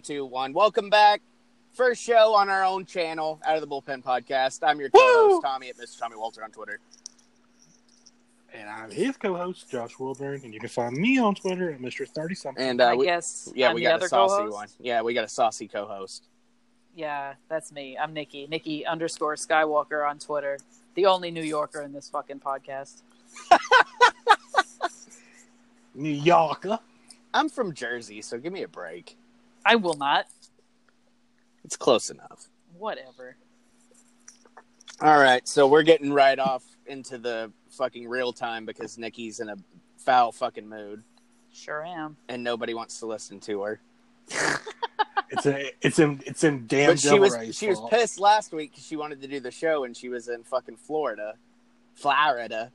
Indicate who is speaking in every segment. Speaker 1: two, one. Welcome back. First show on our own channel, Out of the Bullpen Podcast. I'm your co-host, Tommy at Mr. Tommy Walter on Twitter.
Speaker 2: And I'm his co-host, Josh Wilburn, and you can find me on Twitter at Mr. Thirty Something.
Speaker 1: And uh,
Speaker 3: I
Speaker 1: we,
Speaker 3: guess.
Speaker 1: yeah,
Speaker 3: I'm
Speaker 1: we
Speaker 3: the
Speaker 1: got
Speaker 3: other
Speaker 1: a saucy
Speaker 3: co-host.
Speaker 1: one. Yeah, we got a saucy co-host.
Speaker 3: Yeah, that's me. I'm Nikki. Nikki underscore Skywalker on Twitter. The only New Yorker in this fucking podcast.
Speaker 2: New Yorker.
Speaker 1: I'm from Jersey, so give me a break.
Speaker 3: I will not.
Speaker 1: It's close enough.
Speaker 3: Whatever.
Speaker 1: All right, so we're getting right off into the fucking real time because Nikki's in a foul fucking mood,
Speaker 3: Sure am.
Speaker 1: and nobody wants to listen to her.
Speaker 2: It's a, it's in it's in damn
Speaker 1: but she was
Speaker 2: Devereaux's
Speaker 1: she was
Speaker 2: fault.
Speaker 1: pissed last week because she wanted to do the show and she was in fucking Florida, Florida,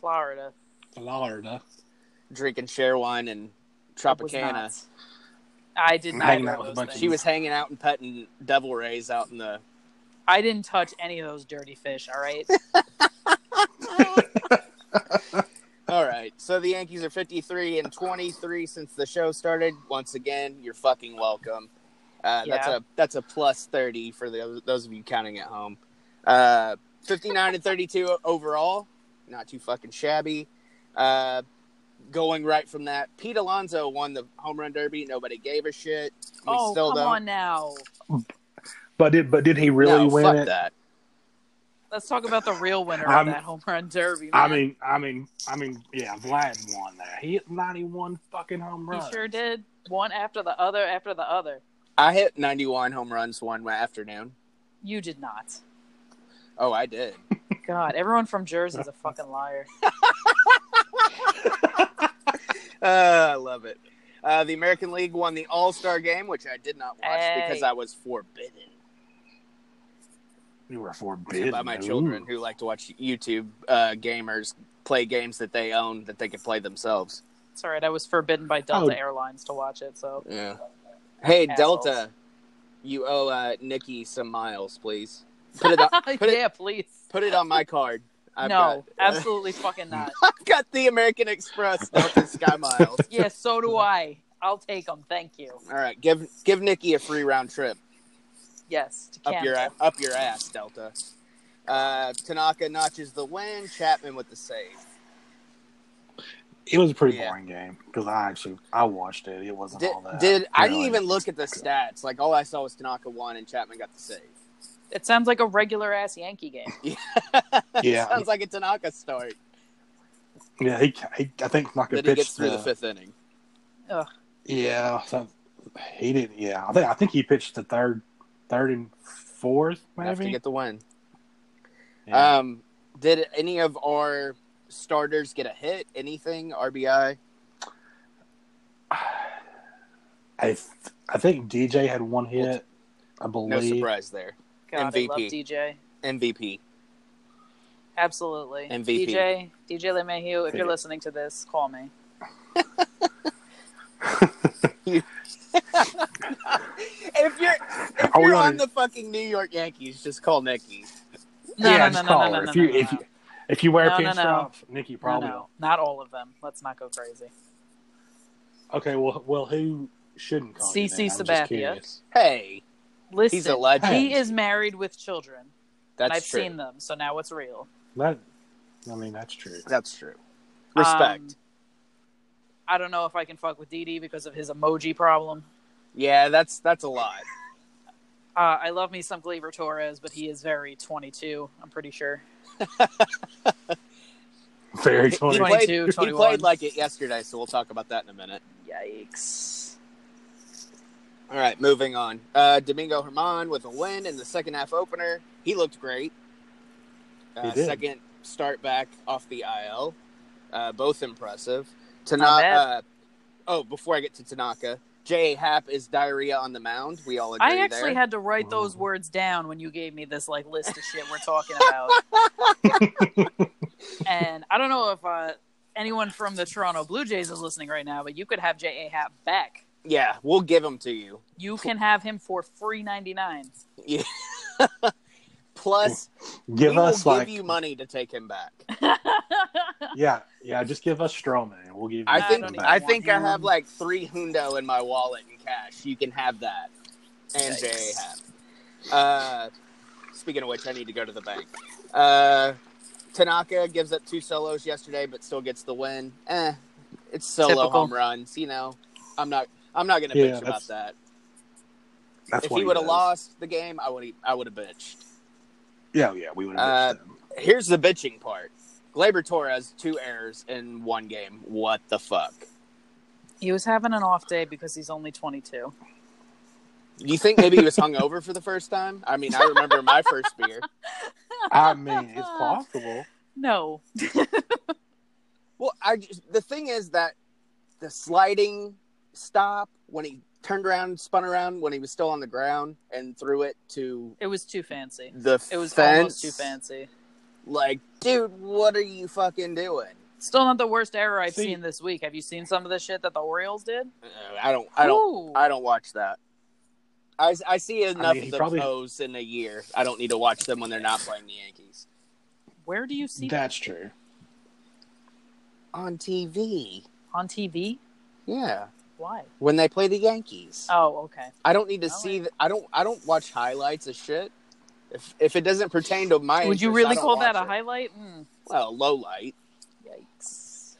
Speaker 3: Florida.
Speaker 2: Florida.
Speaker 1: drinking share wine and
Speaker 3: It was
Speaker 1: Tropicana.
Speaker 3: not. I did
Speaker 2: I'm
Speaker 3: not.
Speaker 2: hanging
Speaker 3: do
Speaker 2: out with a
Speaker 3: those
Speaker 2: bunch of
Speaker 3: things.
Speaker 1: She was hanging out and petting devil rays out in the.
Speaker 3: I didn't touch any of those dirty fish. All right.
Speaker 1: All right, so the Yankees are fifty three and twenty three since the show started. Once again, you're fucking welcome. Uh, That's
Speaker 3: Yeah.
Speaker 1: a that's a plus thirty for the, those of you counting at home. Uh, fifty nine and thirty two overall, not too fucking shabby. Uh, going right from that, Pete Alonso won the home run derby. Nobody gave a shit. We
Speaker 3: oh,
Speaker 1: still
Speaker 3: come
Speaker 1: don't.
Speaker 3: on now.
Speaker 2: But did but did he
Speaker 1: no,
Speaker 2: really win
Speaker 1: fuck
Speaker 2: it?
Speaker 1: that.
Speaker 3: Let's talk about the real winner
Speaker 2: I'm-
Speaker 3: of that home run derby.
Speaker 2: I
Speaker 3: man.
Speaker 2: mean, I mean, I mean, yeah, Vlad won that. He hit 91 fucking home
Speaker 3: he
Speaker 2: runs.
Speaker 3: sure did. One after the other after the other.
Speaker 1: I hit ninety one home runs one afternoon.
Speaker 3: You did not.
Speaker 1: Oh, I did.
Speaker 3: God, everyone from Jersey's a fucking liar.
Speaker 1: Uh, I love it. Uh, the American League won the All Star game, which I did not watch
Speaker 3: Hey.
Speaker 1: because I was forbidden
Speaker 2: You were forbidden
Speaker 1: by my
Speaker 2: Ooh.
Speaker 1: children who like to watch YouTube uh, gamers play games that they own that they can play themselves.
Speaker 3: It's all right. I was forbidden by Delta
Speaker 2: Oh.
Speaker 3: Airlines to watch it, so
Speaker 1: Yeah. Hey,
Speaker 3: Assholes.
Speaker 1: Delta, you owe uh, Nikki some miles, please. Put it on, put it,
Speaker 3: yeah, please.
Speaker 1: put it on my card. I've got,
Speaker 3: no, absolutely fucking not.
Speaker 1: I've got the American Express Delta Sky Miles.
Speaker 3: Yeah, so do I. I'll take them. Thank you.
Speaker 1: All right, give give Nikki a free round trip.
Speaker 3: Yes, to
Speaker 1: up
Speaker 3: Canada.
Speaker 1: your up your ass, Delta. Uh, Tanaka notches the win. Chapman with the save.
Speaker 2: It was a pretty
Speaker 1: Yeah.
Speaker 2: boring game because I actually I watched it. It wasn't
Speaker 1: Did,
Speaker 2: all that.
Speaker 1: did I didn't
Speaker 2: really.
Speaker 1: even look at the stats? Like all I saw was Tanaka won and Chapman got the save.
Speaker 3: It sounds like a regular ass Yankee game.
Speaker 2: Yeah.
Speaker 1: sounds like a Tanaka start.
Speaker 2: Yeah, he, he I think like a
Speaker 1: Then he gets
Speaker 2: pitched
Speaker 1: through the
Speaker 2: the-
Speaker 1: fifth inning.
Speaker 2: Yeah, so he didn't. Yeah, I think I think he pitched the third, third and fourth
Speaker 1: Have to
Speaker 2: maybe.
Speaker 1: get the win.
Speaker 2: Yeah.
Speaker 1: Um, did any of our starters get a hit? Anything RBI?
Speaker 2: I th- I think DJ had one hit. I believe.
Speaker 1: No surprise there.
Speaker 3: God, I love
Speaker 1: MVP.
Speaker 3: DJ.
Speaker 1: MVP.
Speaker 3: Absolutely.
Speaker 1: MVP.
Speaker 3: DJ, DJ LeMahieu, if
Speaker 2: Yeah.
Speaker 3: you're listening to this, call me.
Speaker 1: If you're if
Speaker 2: Are we
Speaker 1: you're
Speaker 2: on
Speaker 1: on,
Speaker 2: a-
Speaker 1: the fucking New York Yankees, just call Nicky.
Speaker 3: No,
Speaker 2: yeah,
Speaker 3: no, no,
Speaker 2: just
Speaker 3: no,
Speaker 2: call
Speaker 3: no,
Speaker 2: her.
Speaker 3: no,
Speaker 2: if
Speaker 3: no,
Speaker 2: you
Speaker 3: no,
Speaker 2: if
Speaker 3: no.
Speaker 2: you if you wear
Speaker 3: No, no,
Speaker 2: pants
Speaker 3: no.
Speaker 2: tops, Nikki probably.
Speaker 3: no, no, not all of them. Let's not go crazy.
Speaker 2: will. Okay, well, well, who shouldn't call you
Speaker 3: CC
Speaker 2: that? I'm just
Speaker 3: Sabathia.
Speaker 2: curious.
Speaker 1: Hey,
Speaker 3: Listen,
Speaker 1: he's a legend.
Speaker 3: he is married with children.
Speaker 1: That's
Speaker 3: and I've
Speaker 1: true.
Speaker 3: seen them, so now it's real.
Speaker 2: That, I mean, that's true.
Speaker 1: That's true. Respect.
Speaker 3: Um, I don't know if I can fuck with DD because of his emoji problem.
Speaker 1: yeah, that's that's a lot.
Speaker 3: Uh, I love me some Gleyber Torres, but he is very 22. I'm pretty sure.
Speaker 2: Very
Speaker 1: He
Speaker 2: funny.
Speaker 3: Twenty-
Speaker 1: played,
Speaker 3: 22,
Speaker 1: he
Speaker 3: 21.
Speaker 1: played like it yesterday, so we'll talk about that in a minute.
Speaker 3: Yikes!
Speaker 1: All right, moving on. Uh, Domingo Herman with a win in the second half opener. He looked great. Uh,
Speaker 2: He did.
Speaker 1: Second start back off the IL. Uh, both impressive.
Speaker 3: Not
Speaker 1: Tanaka.
Speaker 3: bad.
Speaker 1: Uh, oh, before I get to Tanaka, J. Happ is diarrhea on the mound. We all agree
Speaker 3: I actually
Speaker 1: there.
Speaker 3: had to write those
Speaker 2: Mhm.
Speaker 3: words down when you gave me this like list of shit we're talking about. and I don't know if uh, anyone from the Toronto Blue Jays is listening right now, but you could have J.A. Happ back.
Speaker 1: yeah, we'll give him to you.
Speaker 3: You can have him for free ninety nine.
Speaker 1: Plus,
Speaker 2: Give
Speaker 1: we
Speaker 2: us
Speaker 1: will
Speaker 2: like
Speaker 1: give you money to take him back.
Speaker 2: yeah, yeah. Just give us Strowman. We'll give. You
Speaker 1: I
Speaker 3: I
Speaker 1: think
Speaker 3: don't even
Speaker 1: I
Speaker 3: want
Speaker 1: think I
Speaker 3: him.
Speaker 1: have like three hundo in my wallet in cash. You can have that, and
Speaker 3: Yikes.
Speaker 1: Jay have. Uh, speaking of which, I need to go to the bank. Uh, Tanaka gives up two solos yesterday, but still gets the win. Eh, it's solo
Speaker 3: Typical.
Speaker 1: home runs. You know, I'm not I'm not gonna
Speaker 2: Yeah,
Speaker 1: bitch about
Speaker 2: that's-
Speaker 1: that.
Speaker 2: That's
Speaker 1: If
Speaker 2: what
Speaker 1: he would have
Speaker 2: does.
Speaker 1: lost the game, I would I would have bitched.
Speaker 2: yeah, yeah, we would
Speaker 1: Uh,
Speaker 2: have.
Speaker 1: Here's the bitching part. Glaber Torres two errors in one game. What the fuck?
Speaker 3: he was having an off day because he's only 22.
Speaker 1: Do you think maybe he was hungover for the first time? I mean, I remember my first beer.
Speaker 2: I mean, it's possible.
Speaker 3: No.
Speaker 1: Well, I just, the thing is that the sliding stop when he turned around, spun around when he was still on the ground and threw it to
Speaker 3: It was too fancy.
Speaker 1: the
Speaker 3: It was
Speaker 1: fence.
Speaker 3: almost too fancy.
Speaker 1: Like, dude, what are you fucking doing?
Speaker 3: Still not the worst error I've
Speaker 2: See-
Speaker 3: seen this week. Have you seen some of the shit that the Orioles did?
Speaker 1: Uh, I don't. I don't.
Speaker 3: Ooh.
Speaker 1: I don't watch that. I, I see enough
Speaker 2: he
Speaker 1: of the
Speaker 2: probably-
Speaker 1: O's in a year. I don't need to watch them when they're not playing the Yankees
Speaker 3: Where do you see that
Speaker 2: That's true.
Speaker 1: on TV.
Speaker 3: on TV?
Speaker 1: Yeah,
Speaker 3: Why?
Speaker 1: when they play the Yankees.
Speaker 3: Oh, okay.
Speaker 1: I don't need to
Speaker 3: All
Speaker 1: see. th- I don't. I don't watch highlights of shit. If if it doesn't pertain to my,
Speaker 3: Would
Speaker 1: interest,
Speaker 3: you
Speaker 1: I
Speaker 3: really
Speaker 1: don't
Speaker 3: call that a
Speaker 1: watch it.
Speaker 3: highlight? Mm,
Speaker 1: Well, low light,
Speaker 3: yikes.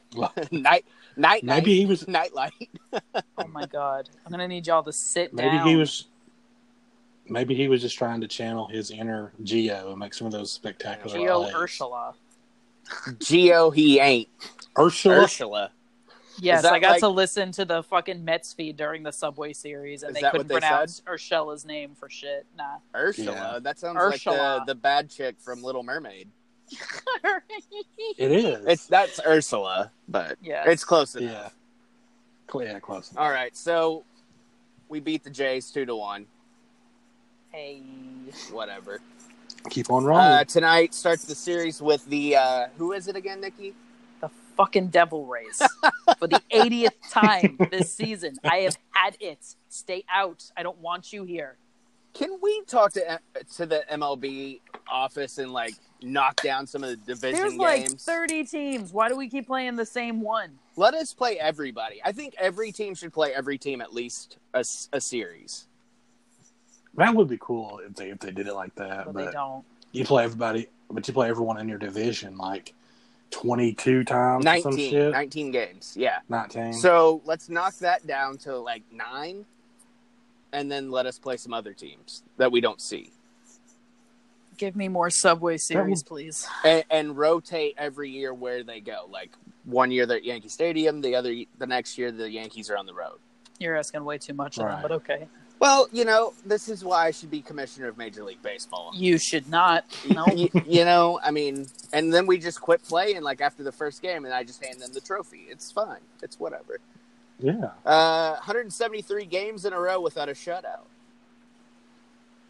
Speaker 1: night, night,
Speaker 2: Maybe he was.
Speaker 1: night, night light.
Speaker 3: Oh my god. I'm gonna need y'all to sit
Speaker 2: Maybe
Speaker 3: down.
Speaker 2: he was. Maybe he was just trying to channel his inner Geo and make some of those spectacular.
Speaker 3: Geo
Speaker 2: plays.
Speaker 3: Ursula.
Speaker 1: Geo, he ain't
Speaker 2: Ursula.
Speaker 1: Ursula.
Speaker 3: Yes,
Speaker 1: that
Speaker 3: I got
Speaker 1: like-
Speaker 3: to listen to the fucking Mets feed during the Subway series, and
Speaker 1: Is
Speaker 3: they
Speaker 1: that
Speaker 3: couldn't
Speaker 1: what they
Speaker 3: pronounce Urshela's name for shit. Nah.
Speaker 1: Ursula.
Speaker 2: Yeah.
Speaker 1: That sounds
Speaker 3: Ursula.
Speaker 1: like the, the bad chick from Little Mermaid.
Speaker 2: It is.
Speaker 1: It's that's Ursula, but
Speaker 3: yeah.
Speaker 1: it's close enough.
Speaker 2: yeah. Cl- Yeah, close.
Speaker 1: All right, so we beat the Jays two to one.
Speaker 3: Hey.
Speaker 1: Whatever.
Speaker 2: Keep on
Speaker 1: Uh,
Speaker 2: rolling.
Speaker 1: tonight starts the series with the uh, who is it again, Nikki?
Speaker 3: The fucking devil race for the 80th time this season. I have had it. Stay out. I don't want you here.
Speaker 1: Can we talk to to the MLB office and like knock down some of the division
Speaker 3: There's like
Speaker 1: games?
Speaker 3: 30 teams. Why do we keep playing the same one?
Speaker 1: Let us play everybody. I think every team should play every team at least a, s- a series.
Speaker 2: that would be cool if they if they did it like that.
Speaker 3: But
Speaker 2: But,
Speaker 3: they don't.
Speaker 2: you play everybody, but you play everyone in your division like twenty two times. or Some
Speaker 1: 19,
Speaker 2: shit.
Speaker 1: 19 games. Yeah.
Speaker 2: Nineteen.
Speaker 1: So let's knock that down to like nine, and then let us play some other teams that we don't see,
Speaker 3: Give me more Subway series, please.
Speaker 1: and, and rotate every year where they go. Like one year they're at Yankee Stadium, the other the next year the Yankees are on the road.
Speaker 3: You're asking way too much of them,
Speaker 2: Right.
Speaker 3: but okay.
Speaker 1: Well, you know, this is why I should be commissioner of Major League Baseball.
Speaker 3: You should not. No.
Speaker 1: you, you know, I mean, and then we just quit playing like after the first game, and I just hand them the trophy. It's fine. It's whatever.
Speaker 2: yeah,
Speaker 1: Uh, 173 games in a row without a shutout.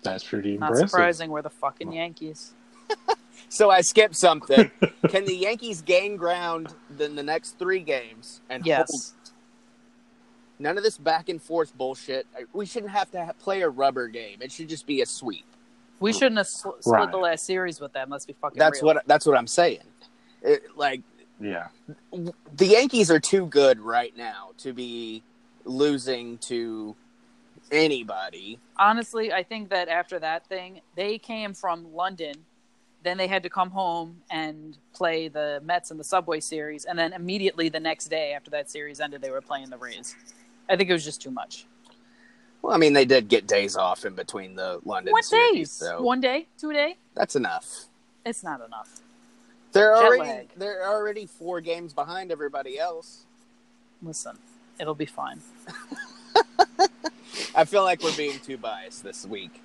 Speaker 2: that's pretty
Speaker 3: Not
Speaker 2: impressive.
Speaker 3: surprising. We're the fucking Yankees.
Speaker 1: So I skipped something. Can the Yankees gain ground then the next three games? And hold?
Speaker 3: Yes.
Speaker 1: none of this back and forth bullshit. We shouldn't have to ha- play a rubber game. It should just be a sweep.
Speaker 3: We shouldn't have sl- split
Speaker 2: Right.
Speaker 3: the last series with them. Let's be fucking
Speaker 1: That's
Speaker 3: real.
Speaker 1: what that's what I'm saying. It, like
Speaker 2: Yeah,
Speaker 1: the Yankees are too good right now to be losing to anybody.
Speaker 3: Honestly, I think that after that thing, they came from London. Then they had to come home and play the Mets in the Subway Series. And then immediately the next day after that series ended, they were playing the Rays. I think it was just too much.
Speaker 1: Well, I mean, they did get days off in between the London
Speaker 3: what
Speaker 1: series,
Speaker 3: days?
Speaker 1: so
Speaker 3: One day? Two day?
Speaker 1: that's enough.
Speaker 3: It's not enough.
Speaker 1: They're
Speaker 3: Jet
Speaker 1: already
Speaker 3: lag.
Speaker 1: they're already four games behind everybody else.
Speaker 3: Listen, it'll be fine.
Speaker 1: I feel like we're being too biased this week.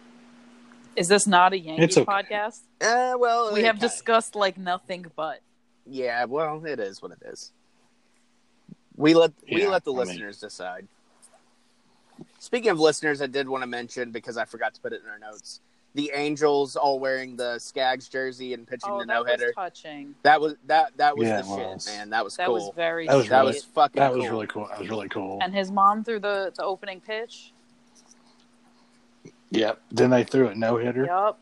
Speaker 3: Is this not a Yankees
Speaker 2: okay.
Speaker 3: podcast?
Speaker 1: Uh, well,
Speaker 3: We
Speaker 1: it
Speaker 3: have
Speaker 1: ki-
Speaker 3: discussed like nothing but.
Speaker 1: Yeah, well, it is what it is. We let we
Speaker 2: Yeah,
Speaker 1: let the
Speaker 2: I mean-
Speaker 1: listeners decide. Speaking of listeners, I did want to mention because I forgot to put it in our notes. The Angels all wearing the Skaggs jersey and pitching
Speaker 3: Oh,
Speaker 1: the no
Speaker 3: that was
Speaker 1: hitter.
Speaker 3: touching.
Speaker 1: That was that that was
Speaker 2: Yeah,
Speaker 1: the
Speaker 2: it
Speaker 1: shit,
Speaker 2: was.
Speaker 1: man. That was
Speaker 3: That
Speaker 1: cool.
Speaker 3: was very
Speaker 2: That was
Speaker 1: that
Speaker 3: sweet.
Speaker 1: was fucking
Speaker 2: that was
Speaker 1: cool.
Speaker 2: really cool. That was really cool.
Speaker 3: and his mom threw the the opening pitch.
Speaker 2: yep. Then they threw a no hitter.
Speaker 3: Yep.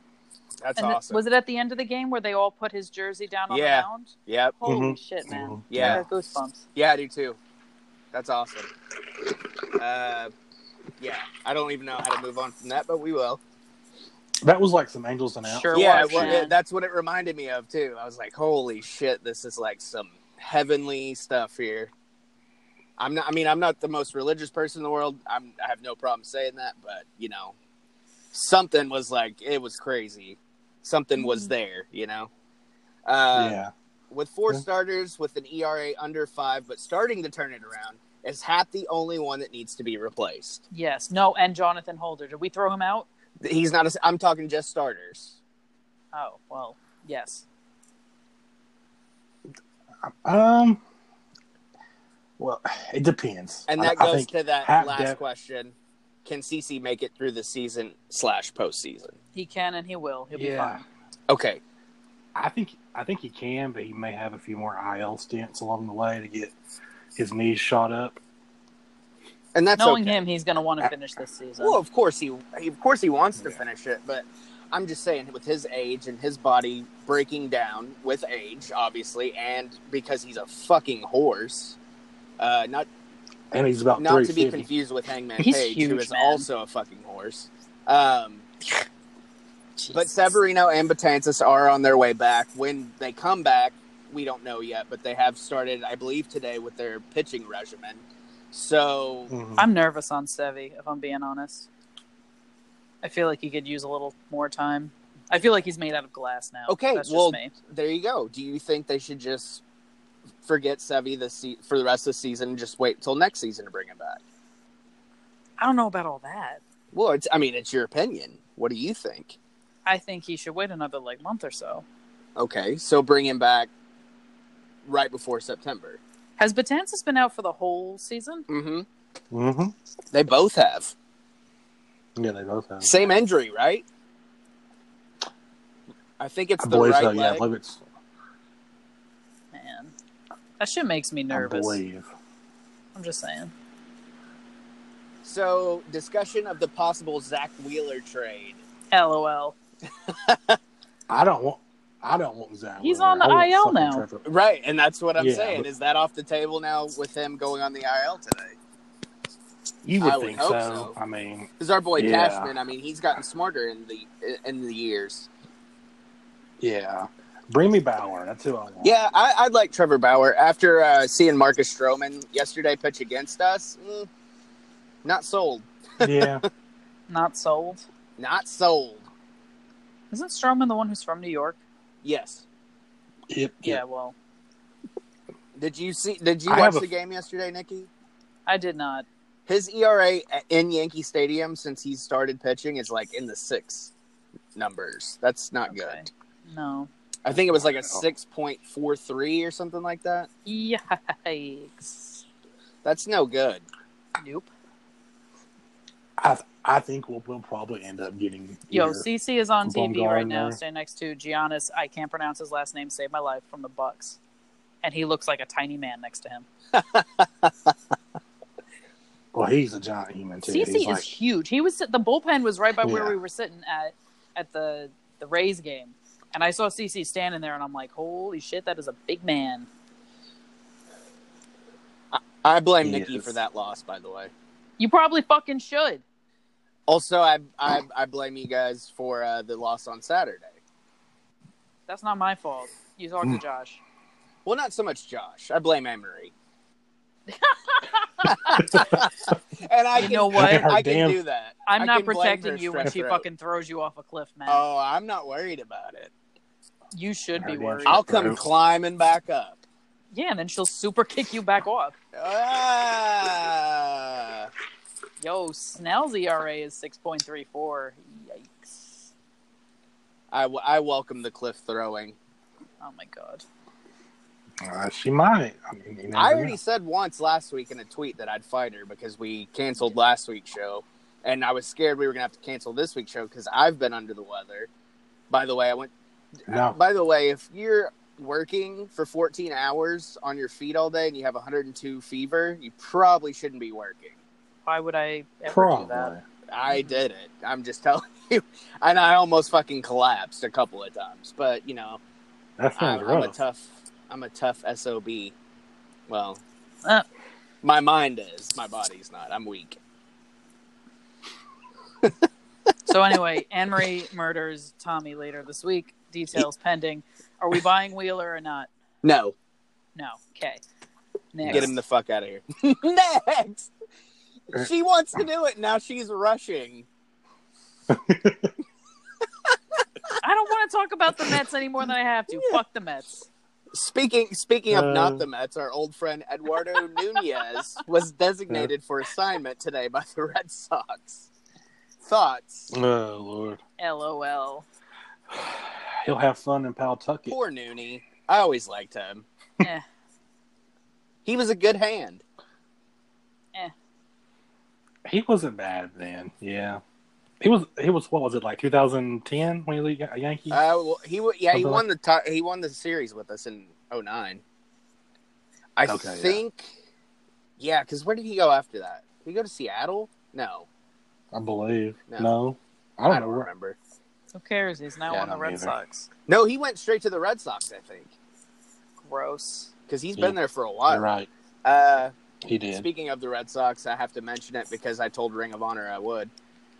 Speaker 1: That's
Speaker 3: and th-
Speaker 1: awesome.
Speaker 3: was it at the end of the game where they all put his jersey down on
Speaker 1: Yeah.
Speaker 3: the mound?
Speaker 1: yep.
Speaker 3: Holy
Speaker 2: Mhm.
Speaker 3: shit, man!
Speaker 2: Mhm.
Speaker 1: Yeah.
Speaker 3: I got goosebumps.
Speaker 1: Yeah, I do too. That's awesome. Uh, yeah, I don't even know how to move on from that, but we will.
Speaker 2: That was like some angles and outs.
Speaker 3: Sure.
Speaker 1: yeah,
Speaker 3: was,
Speaker 1: it wa-
Speaker 3: man.
Speaker 1: it- that's what it reminded me of too. I was like, holy shit, this is like some heavenly stuff here. I'm not. I mean, I'm not the most religious person in the world. I'm. I have no problem saying that, but you know, something was like it was crazy. Something was
Speaker 3: Mm-hmm.
Speaker 1: there, you know. Uh,
Speaker 2: yeah.
Speaker 1: with four
Speaker 2: Yeah.
Speaker 1: starters with an ERA under five, but starting to turn it around, is Hap the only one that needs to be replaced?
Speaker 3: Yes, no, and Jonathan Holder. Did we throw him out?
Speaker 1: He's not. A, I'm talking just starters.
Speaker 3: Oh well, yes.
Speaker 2: Um. Well, it depends.
Speaker 1: And
Speaker 2: I-
Speaker 1: that
Speaker 2: I
Speaker 1: goes
Speaker 2: think-
Speaker 1: to that
Speaker 2: Hap
Speaker 1: last
Speaker 2: def-
Speaker 1: question: Can CC make it through the season slash postseason?
Speaker 3: He can and he will. He'll
Speaker 2: Yeah.
Speaker 3: be fine.
Speaker 1: Okay,
Speaker 2: I think I think he can, but he may have a few more IL stints along the way to get his knees shot up.
Speaker 1: and that's
Speaker 3: Knowing
Speaker 1: okay.
Speaker 3: him, he's going to want to finish this season.
Speaker 1: Well, of course he, he- of course he wants to
Speaker 2: Yeah.
Speaker 1: finish it, but I'm just saying with his age and his body breaking down with age, obviously, and because he's a fucking horse. Uh, not
Speaker 2: And he's about
Speaker 1: not to be
Speaker 2: 350.
Speaker 1: confused with Hangman
Speaker 3: He's
Speaker 1: Page, who
Speaker 3: huge,
Speaker 1: is
Speaker 3: man.
Speaker 1: also a fucking horse. Um, but
Speaker 3: Jesus.
Speaker 1: Severino and Batanzas are on their way back. When they come back, we don't know yet, but they have started, I believe, today with their pitching regimen. So
Speaker 2: Mhm.
Speaker 3: I'm nervous on Sevy, if I'm being honest. I feel like he could use a little more time. I feel like he's made out of glass now.
Speaker 1: Okay,
Speaker 3: that's
Speaker 1: well-
Speaker 3: just me.
Speaker 1: there you go. Do you think they should just forget Sevy the se- for the rest of the season and just wait till next season to bring him back?
Speaker 3: I don't know about all that.
Speaker 1: Well, it's, I mean, it's your opinion. What do you think?
Speaker 3: I think he should wait another like month or so.
Speaker 1: Okay, so bring him back right before September.
Speaker 3: Has Batanzas been out for the whole season?
Speaker 1: Mm-hmm.
Speaker 2: Mhm.
Speaker 1: They both have.
Speaker 2: Yeah, they both have.
Speaker 1: Same injury, right? I think it's
Speaker 2: I
Speaker 1: the
Speaker 2: believe
Speaker 1: right
Speaker 2: so.
Speaker 1: leg.
Speaker 2: Yeah, I believe it's.
Speaker 3: Man, that shit makes me
Speaker 2: I
Speaker 3: nervous.
Speaker 2: believe.
Speaker 3: I'm just saying.
Speaker 1: So, discussion of the possible Zach Wheeler trade.
Speaker 3: LOL.
Speaker 2: I don't want. I don't want Zion.
Speaker 3: He's on the IL now.
Speaker 1: Right, and that's what I'm
Speaker 2: Yeah,
Speaker 1: saying.
Speaker 2: but-
Speaker 1: Is that off the table now with him going on the IL today?
Speaker 2: You
Speaker 1: I
Speaker 2: would
Speaker 1: would
Speaker 2: think
Speaker 1: hope
Speaker 2: so.
Speaker 1: so.
Speaker 2: I mean,
Speaker 1: Because our boy
Speaker 2: Yeah.
Speaker 1: Cashman, I mean, he's gotten smarter in the in the years.
Speaker 2: yeah. Bring me Bauer. That's who I want.
Speaker 1: Yeah, I, I'd like Trevor Bauer after uh, seeing Marcus Stroman yesterday pitch against us. mm, not sold.
Speaker 2: yeah.
Speaker 3: Not sold.
Speaker 1: Not sold.
Speaker 3: Isn't Stroman the one who's from New York?
Speaker 1: Yes.
Speaker 2: Yep,
Speaker 3: Yeah,
Speaker 2: yep.
Speaker 3: well,
Speaker 1: Did you see? Did you
Speaker 2: I
Speaker 1: watch
Speaker 2: have
Speaker 1: the
Speaker 2: a-
Speaker 1: game yesterday, Nikki?
Speaker 3: I did not.
Speaker 1: His ERA in Yankee Stadium since he started pitching is like in the six numbers. That's not
Speaker 3: Okay.
Speaker 1: good.
Speaker 3: No.
Speaker 1: I think it was like a
Speaker 2: Wow.
Speaker 1: six point four three or something like that.
Speaker 3: Yikes.
Speaker 1: That's no good.
Speaker 3: Nope.
Speaker 2: I I think we'll, we'll probably end up getting.
Speaker 3: Yo,
Speaker 2: either-
Speaker 3: CC is on TV right now,
Speaker 2: Baumgartner.
Speaker 3: standing next to Giannis. I can't pronounce his last name. Save my life from the Bucks, and he looks like a tiny man next to him.
Speaker 2: Well, he's a giant human too.
Speaker 3: CC
Speaker 2: He's
Speaker 3: is
Speaker 2: like,
Speaker 3: huge. He was sit- the bullpen was right by where
Speaker 2: Yeah.
Speaker 3: we were sitting at at the the Rays game, and I saw CC standing there, and I'm like, holy shit, that is a big man.
Speaker 1: I blame
Speaker 2: He
Speaker 1: Nikki
Speaker 2: is.
Speaker 1: for that loss, by the way.
Speaker 3: You probably fucking should.
Speaker 1: Also, I I, I blame you guys for uh, the loss on Saturday.
Speaker 3: That's not my fault. You talk
Speaker 1: Mm.
Speaker 3: to Josh.
Speaker 1: Well, not so much Josh. I blame Emery. and I
Speaker 3: You
Speaker 1: can,
Speaker 3: know what?
Speaker 2: Her
Speaker 1: I can
Speaker 2: damn-
Speaker 1: do that.
Speaker 3: I'm
Speaker 1: I
Speaker 3: not
Speaker 1: can blame
Speaker 3: protecting
Speaker 1: her
Speaker 3: you when
Speaker 1: strep
Speaker 3: she
Speaker 1: throat.
Speaker 3: fucking throws you off a cliff, man.
Speaker 1: Oh, I'm not worried about it.
Speaker 3: you should
Speaker 2: Her
Speaker 3: be
Speaker 2: damn
Speaker 3: worried.
Speaker 2: strep
Speaker 1: I'll come
Speaker 2: throat.
Speaker 1: climbing back up.
Speaker 3: Yeah, and then she'll super kick you back off.
Speaker 1: Ah.
Speaker 3: Yo, Snell's ERA is 6.34. Yikes.
Speaker 1: I, w- I welcome the cliff throwing.
Speaker 3: Oh my god.
Speaker 2: uh, she might. I mean, you never
Speaker 1: I already
Speaker 2: know.
Speaker 1: said once last week in a tweet that I'd fight her because we canceled last week's show, and I was scared we were gonna have to cancel this week's show because I've been under the weather. By the way, I went.
Speaker 2: No.
Speaker 1: By the way, if you're working for 14 hours on your feet all day and you have 102 fever, you probably shouldn't be working.
Speaker 3: Why would I ever do
Speaker 2: Probably.
Speaker 3: that?
Speaker 1: I did it. I'm just telling you. And I almost fucking collapsed a couple of times. But you know,
Speaker 2: That sounds
Speaker 1: I'm, I'm a
Speaker 2: rough.
Speaker 1: tough. I'm a tough sob. Well,
Speaker 3: Uh.
Speaker 1: my mind is. My body's not. I'm weak.
Speaker 3: So anyway, Anne Marie murders Tommy later this week. Details pending. Are we buying Wheeler or not?
Speaker 1: No,
Speaker 3: No. Okay. Next.
Speaker 1: get him the fuck out of here. Next, she wants to do it now. She's rushing.
Speaker 3: I don't want to talk about the Mets any more than I have to. Fuck the Mets.
Speaker 1: Speaking speaking of
Speaker 2: Uh.
Speaker 1: not the Mets, our old friend Eduardo Nunez was designated for assignment today by the Red Sox. Thoughts?
Speaker 2: oh Lord,
Speaker 3: LOL.
Speaker 2: he'll have fun in Pawtucket.
Speaker 1: Poor Nooney. I always liked him.
Speaker 3: Eh.
Speaker 1: He was a good hand.
Speaker 2: He wasn't bad then. Yeah, he was. He was. What was it like? 2010 when he was a Yankee.
Speaker 1: Uh, well, he wa- yeah, he
Speaker 2: Something
Speaker 1: won the ti- he won the series with us in 09. I
Speaker 2: Okay, yeah.
Speaker 1: think, yeah, because where did he go after that? Did he go to Seattle? No,
Speaker 2: I believe.
Speaker 1: No.
Speaker 2: No. I don't, know.
Speaker 1: remember.
Speaker 3: Who cares? He's now
Speaker 2: Yeah, I
Speaker 3: on the
Speaker 2: don't
Speaker 3: Red
Speaker 2: either.
Speaker 3: Sox.
Speaker 1: No, he went straight to the Red Sox, I think,
Speaker 3: Gross.
Speaker 1: because he's
Speaker 2: Yeah.
Speaker 1: been there for a
Speaker 2: You're
Speaker 1: while.
Speaker 2: right.
Speaker 1: Uh,
Speaker 2: He did.
Speaker 1: Speaking of the Red Sox, I have to mention it because I told Ring of Honor I would.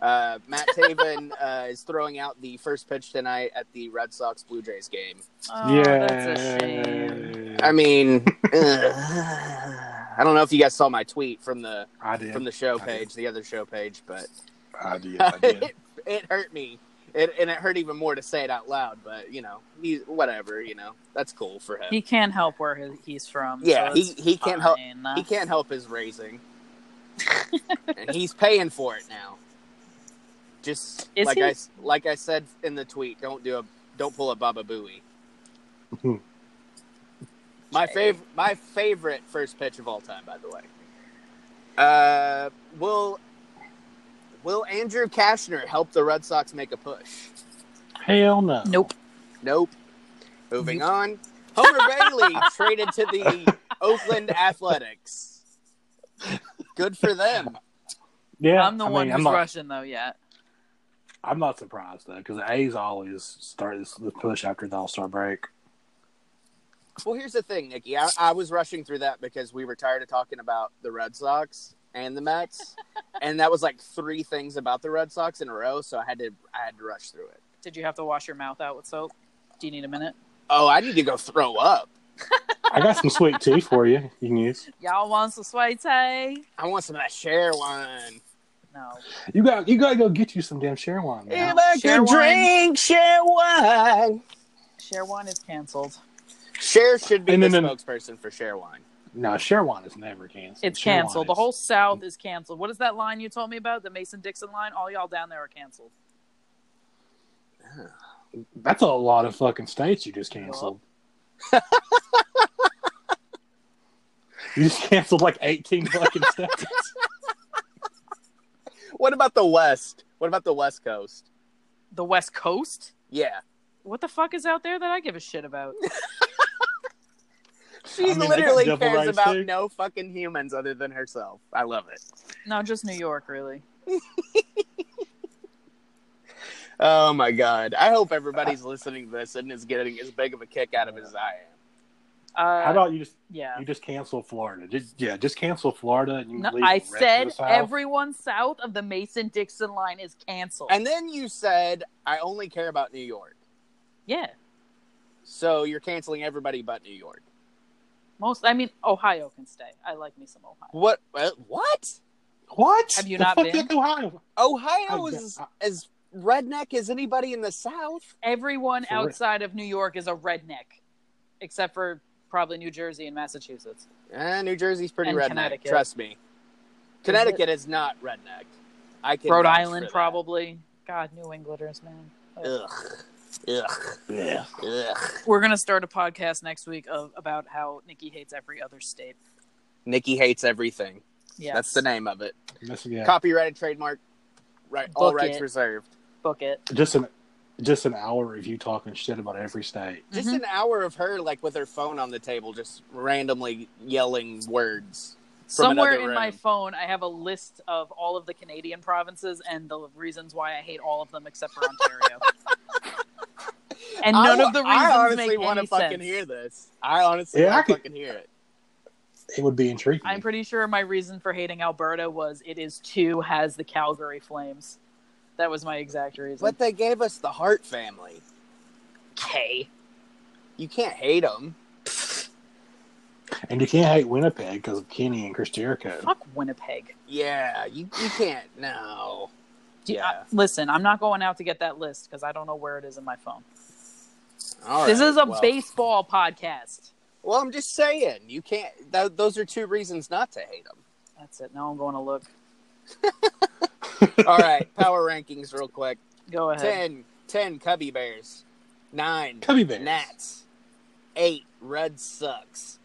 Speaker 1: Uh, Matt Taven uh, is throwing out the first pitch tonight at the Red Sox Blue Jays game.
Speaker 3: Oh, That's a shame.
Speaker 1: I mean, I don't know if you guys saw my tweet from the
Speaker 2: I did.
Speaker 1: from the show
Speaker 2: I did.
Speaker 1: page, the other show page, but
Speaker 2: I did. I did.
Speaker 1: it, it hurt me. It, and it hurt even more to say it out loud, but you know, he whatever, you know, that's cool for him.
Speaker 3: He can't help where his, he's from.
Speaker 1: Yeah,
Speaker 3: so
Speaker 1: he-
Speaker 3: it's
Speaker 1: he can't help-
Speaker 3: fine.
Speaker 1: he can't help his raising, and he's paying for it now. Just
Speaker 3: Is
Speaker 1: like
Speaker 3: he?
Speaker 1: I like I said in the tweet, don't do a don't pull a Baba Booey. my fav my favorite first pitch of all time, by the way. Uh, will Will Andrew Kashner help the Red Sox make a push?
Speaker 2: Hell no.
Speaker 3: Nope.
Speaker 1: Nope. Moving on. Homer Bailey traded to the Oakland Athletics. Good for them.
Speaker 2: Yeah,
Speaker 3: I'm the
Speaker 2: I mean,
Speaker 3: one who's
Speaker 2: I'm not,
Speaker 3: rushing though. Yeah.
Speaker 2: I'm not surprised though, because the A's always start this, this push after the All Star break.
Speaker 1: Well, here's the thing, Nikki. I, I was rushing through that because we were tired of talking about the Red Sox and the Mets, and that was like three things about the Red Sox in a row. So I had to I had to rush through it.
Speaker 3: Did you have to wash your mouth out with soap? Do you need a minute?
Speaker 1: Oh, I need to go throw up.
Speaker 2: I got some sweet tea for you. You can use.
Speaker 3: Y'all want some sweet tea?
Speaker 1: I want some of that share wine.
Speaker 3: No.
Speaker 2: You got. You gotta go get you some damn share wine. man.
Speaker 3: Yeah.
Speaker 1: If I
Speaker 3: Share
Speaker 1: could drink share wine.
Speaker 3: Share one is canceled.
Speaker 1: Share should be
Speaker 2: And
Speaker 1: the
Speaker 2: then-
Speaker 1: spokesperson for share wine.
Speaker 2: No, share wine is never canceled.
Speaker 3: It's
Speaker 2: Share wine
Speaker 3: canceled. The
Speaker 2: is-
Speaker 3: whole South is canceled. What is that line you told me about? The Mason Dixon line? All y'all down there are canceled.
Speaker 2: That's a lot of fucking states you just canceled. you just canceled like 18 fucking states.
Speaker 1: What about the West? What about the West Coast?
Speaker 3: The West Coast?
Speaker 1: Yeah.
Speaker 3: What the fuck is out there that I give a shit about?
Speaker 1: She
Speaker 2: I mean, they got
Speaker 1: literally
Speaker 2: double
Speaker 1: cares
Speaker 2: rights
Speaker 1: about
Speaker 2: too.
Speaker 1: no fucking humans other than herself. I love it.
Speaker 3: No, just New York, really.
Speaker 1: Oh my god. I hope everybody's listening to this and is getting as big of a kick out of it as I am.
Speaker 3: Uh,
Speaker 2: How about you just
Speaker 3: yeah.
Speaker 2: you just cancel Florida? Just, yeah, just cancel Florida and you
Speaker 3: No,
Speaker 2: leave
Speaker 3: I
Speaker 2: the rest of
Speaker 3: said
Speaker 2: the South.
Speaker 3: everyone south of the Mason Dixon line is canceled.
Speaker 1: And then you said I only care about New York.
Speaker 3: yeah,
Speaker 1: So you're canceling everybody but New York.
Speaker 3: most. I mean, Ohio can stay. I like me some Ohio.
Speaker 1: What uh, what?
Speaker 2: What?
Speaker 3: Have you
Speaker 2: The
Speaker 3: not
Speaker 2: fuck
Speaker 3: been?
Speaker 2: you have to Ohio?
Speaker 1: Ohio
Speaker 2: Oh, yeah.
Speaker 1: is as redneck as anybody in the South.
Speaker 3: Everyone
Speaker 2: For real.
Speaker 3: outside of New York is a redneck, except for probably New Jersey and Massachusetts.
Speaker 1: Eh, New Jersey's pretty
Speaker 3: And
Speaker 1: redneck,
Speaker 3: Connecticut.
Speaker 1: trust me. Connecticut is not redneck. I can
Speaker 3: Rhode
Speaker 1: vouch
Speaker 3: Island,
Speaker 1: for that.
Speaker 3: probably. God, New Englanders, man.
Speaker 1: Ugh. Ugh.
Speaker 2: Yeah.
Speaker 1: Ugh.
Speaker 3: We're gonna start a podcast next week of about how Nikki hates every other state.
Speaker 1: Nikki hates everything.
Speaker 3: Yeah,
Speaker 1: That's the name of it.
Speaker 2: That's- yeah.
Speaker 1: Copyrighted trademark. Right. all
Speaker 3: Book
Speaker 1: rights
Speaker 3: it.
Speaker 1: reserved.
Speaker 3: Book it.
Speaker 2: Just an just an hour of you talking shit about every state.
Speaker 1: Just
Speaker 3: Mhm.
Speaker 1: an hour of her, like with her phone on the table, just randomly yelling words.
Speaker 3: Somewhere
Speaker 1: another
Speaker 3: in my
Speaker 1: room.
Speaker 3: phone, I have a list of all of the Canadian provinces and the reasons why I hate all of them except for Ontario. and
Speaker 1: I
Speaker 3: none
Speaker 1: wa-
Speaker 3: of the reasons
Speaker 1: I honestly
Speaker 3: make
Speaker 1: wanna
Speaker 3: any
Speaker 1: fucking
Speaker 3: sense.
Speaker 1: hear this. I honestly
Speaker 2: Yeah, I
Speaker 1: want to
Speaker 2: could-
Speaker 1: fucking hear it.
Speaker 2: It would be intriguing.
Speaker 3: I'm pretty sure my reason for hating Alberta was it is too has the Calgary Flames. That was my exact reason.
Speaker 1: But they gave us the Hart family.
Speaker 3: K?
Speaker 1: You can't hate them.
Speaker 2: and you can't hate Winnipeg because of Kenny and Chris Jericho.
Speaker 3: Fuck Winnipeg.
Speaker 1: Yeah, you, you can't. No.
Speaker 3: Do-
Speaker 1: Yeah.
Speaker 3: uh, listen, I'm not going out to get that list because I don't know where it is in my phone.
Speaker 1: All
Speaker 3: this
Speaker 1: right,
Speaker 3: is a
Speaker 1: well.
Speaker 3: baseball podcast.
Speaker 1: Well, I'm just saying you can't. Th- those are two reasons not to hate them.
Speaker 3: That's it. Now I'm going to look.
Speaker 1: All right, power rankings real quick.
Speaker 3: Go ahead.
Speaker 1: Ten, ten Cubby Bears. Nine
Speaker 2: Cubby Bears.
Speaker 1: Nats. Eight Red Sox.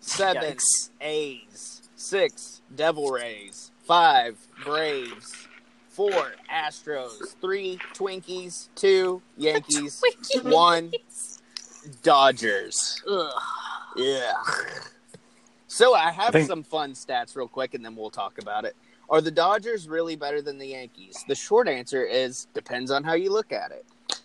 Speaker 1: Seven
Speaker 3: Yikes.
Speaker 1: A's. Six Devil Rays. Five Braves. Four Astros. Three Twinkies. Two Yankees. One Dodgers.
Speaker 3: Ugh.
Speaker 1: Yeah. So I have
Speaker 2: I think-
Speaker 1: some fun stats real quick and then we'll talk about it. Are the Dodgers really better than the Yankees? The short answer is depends on how you look at it.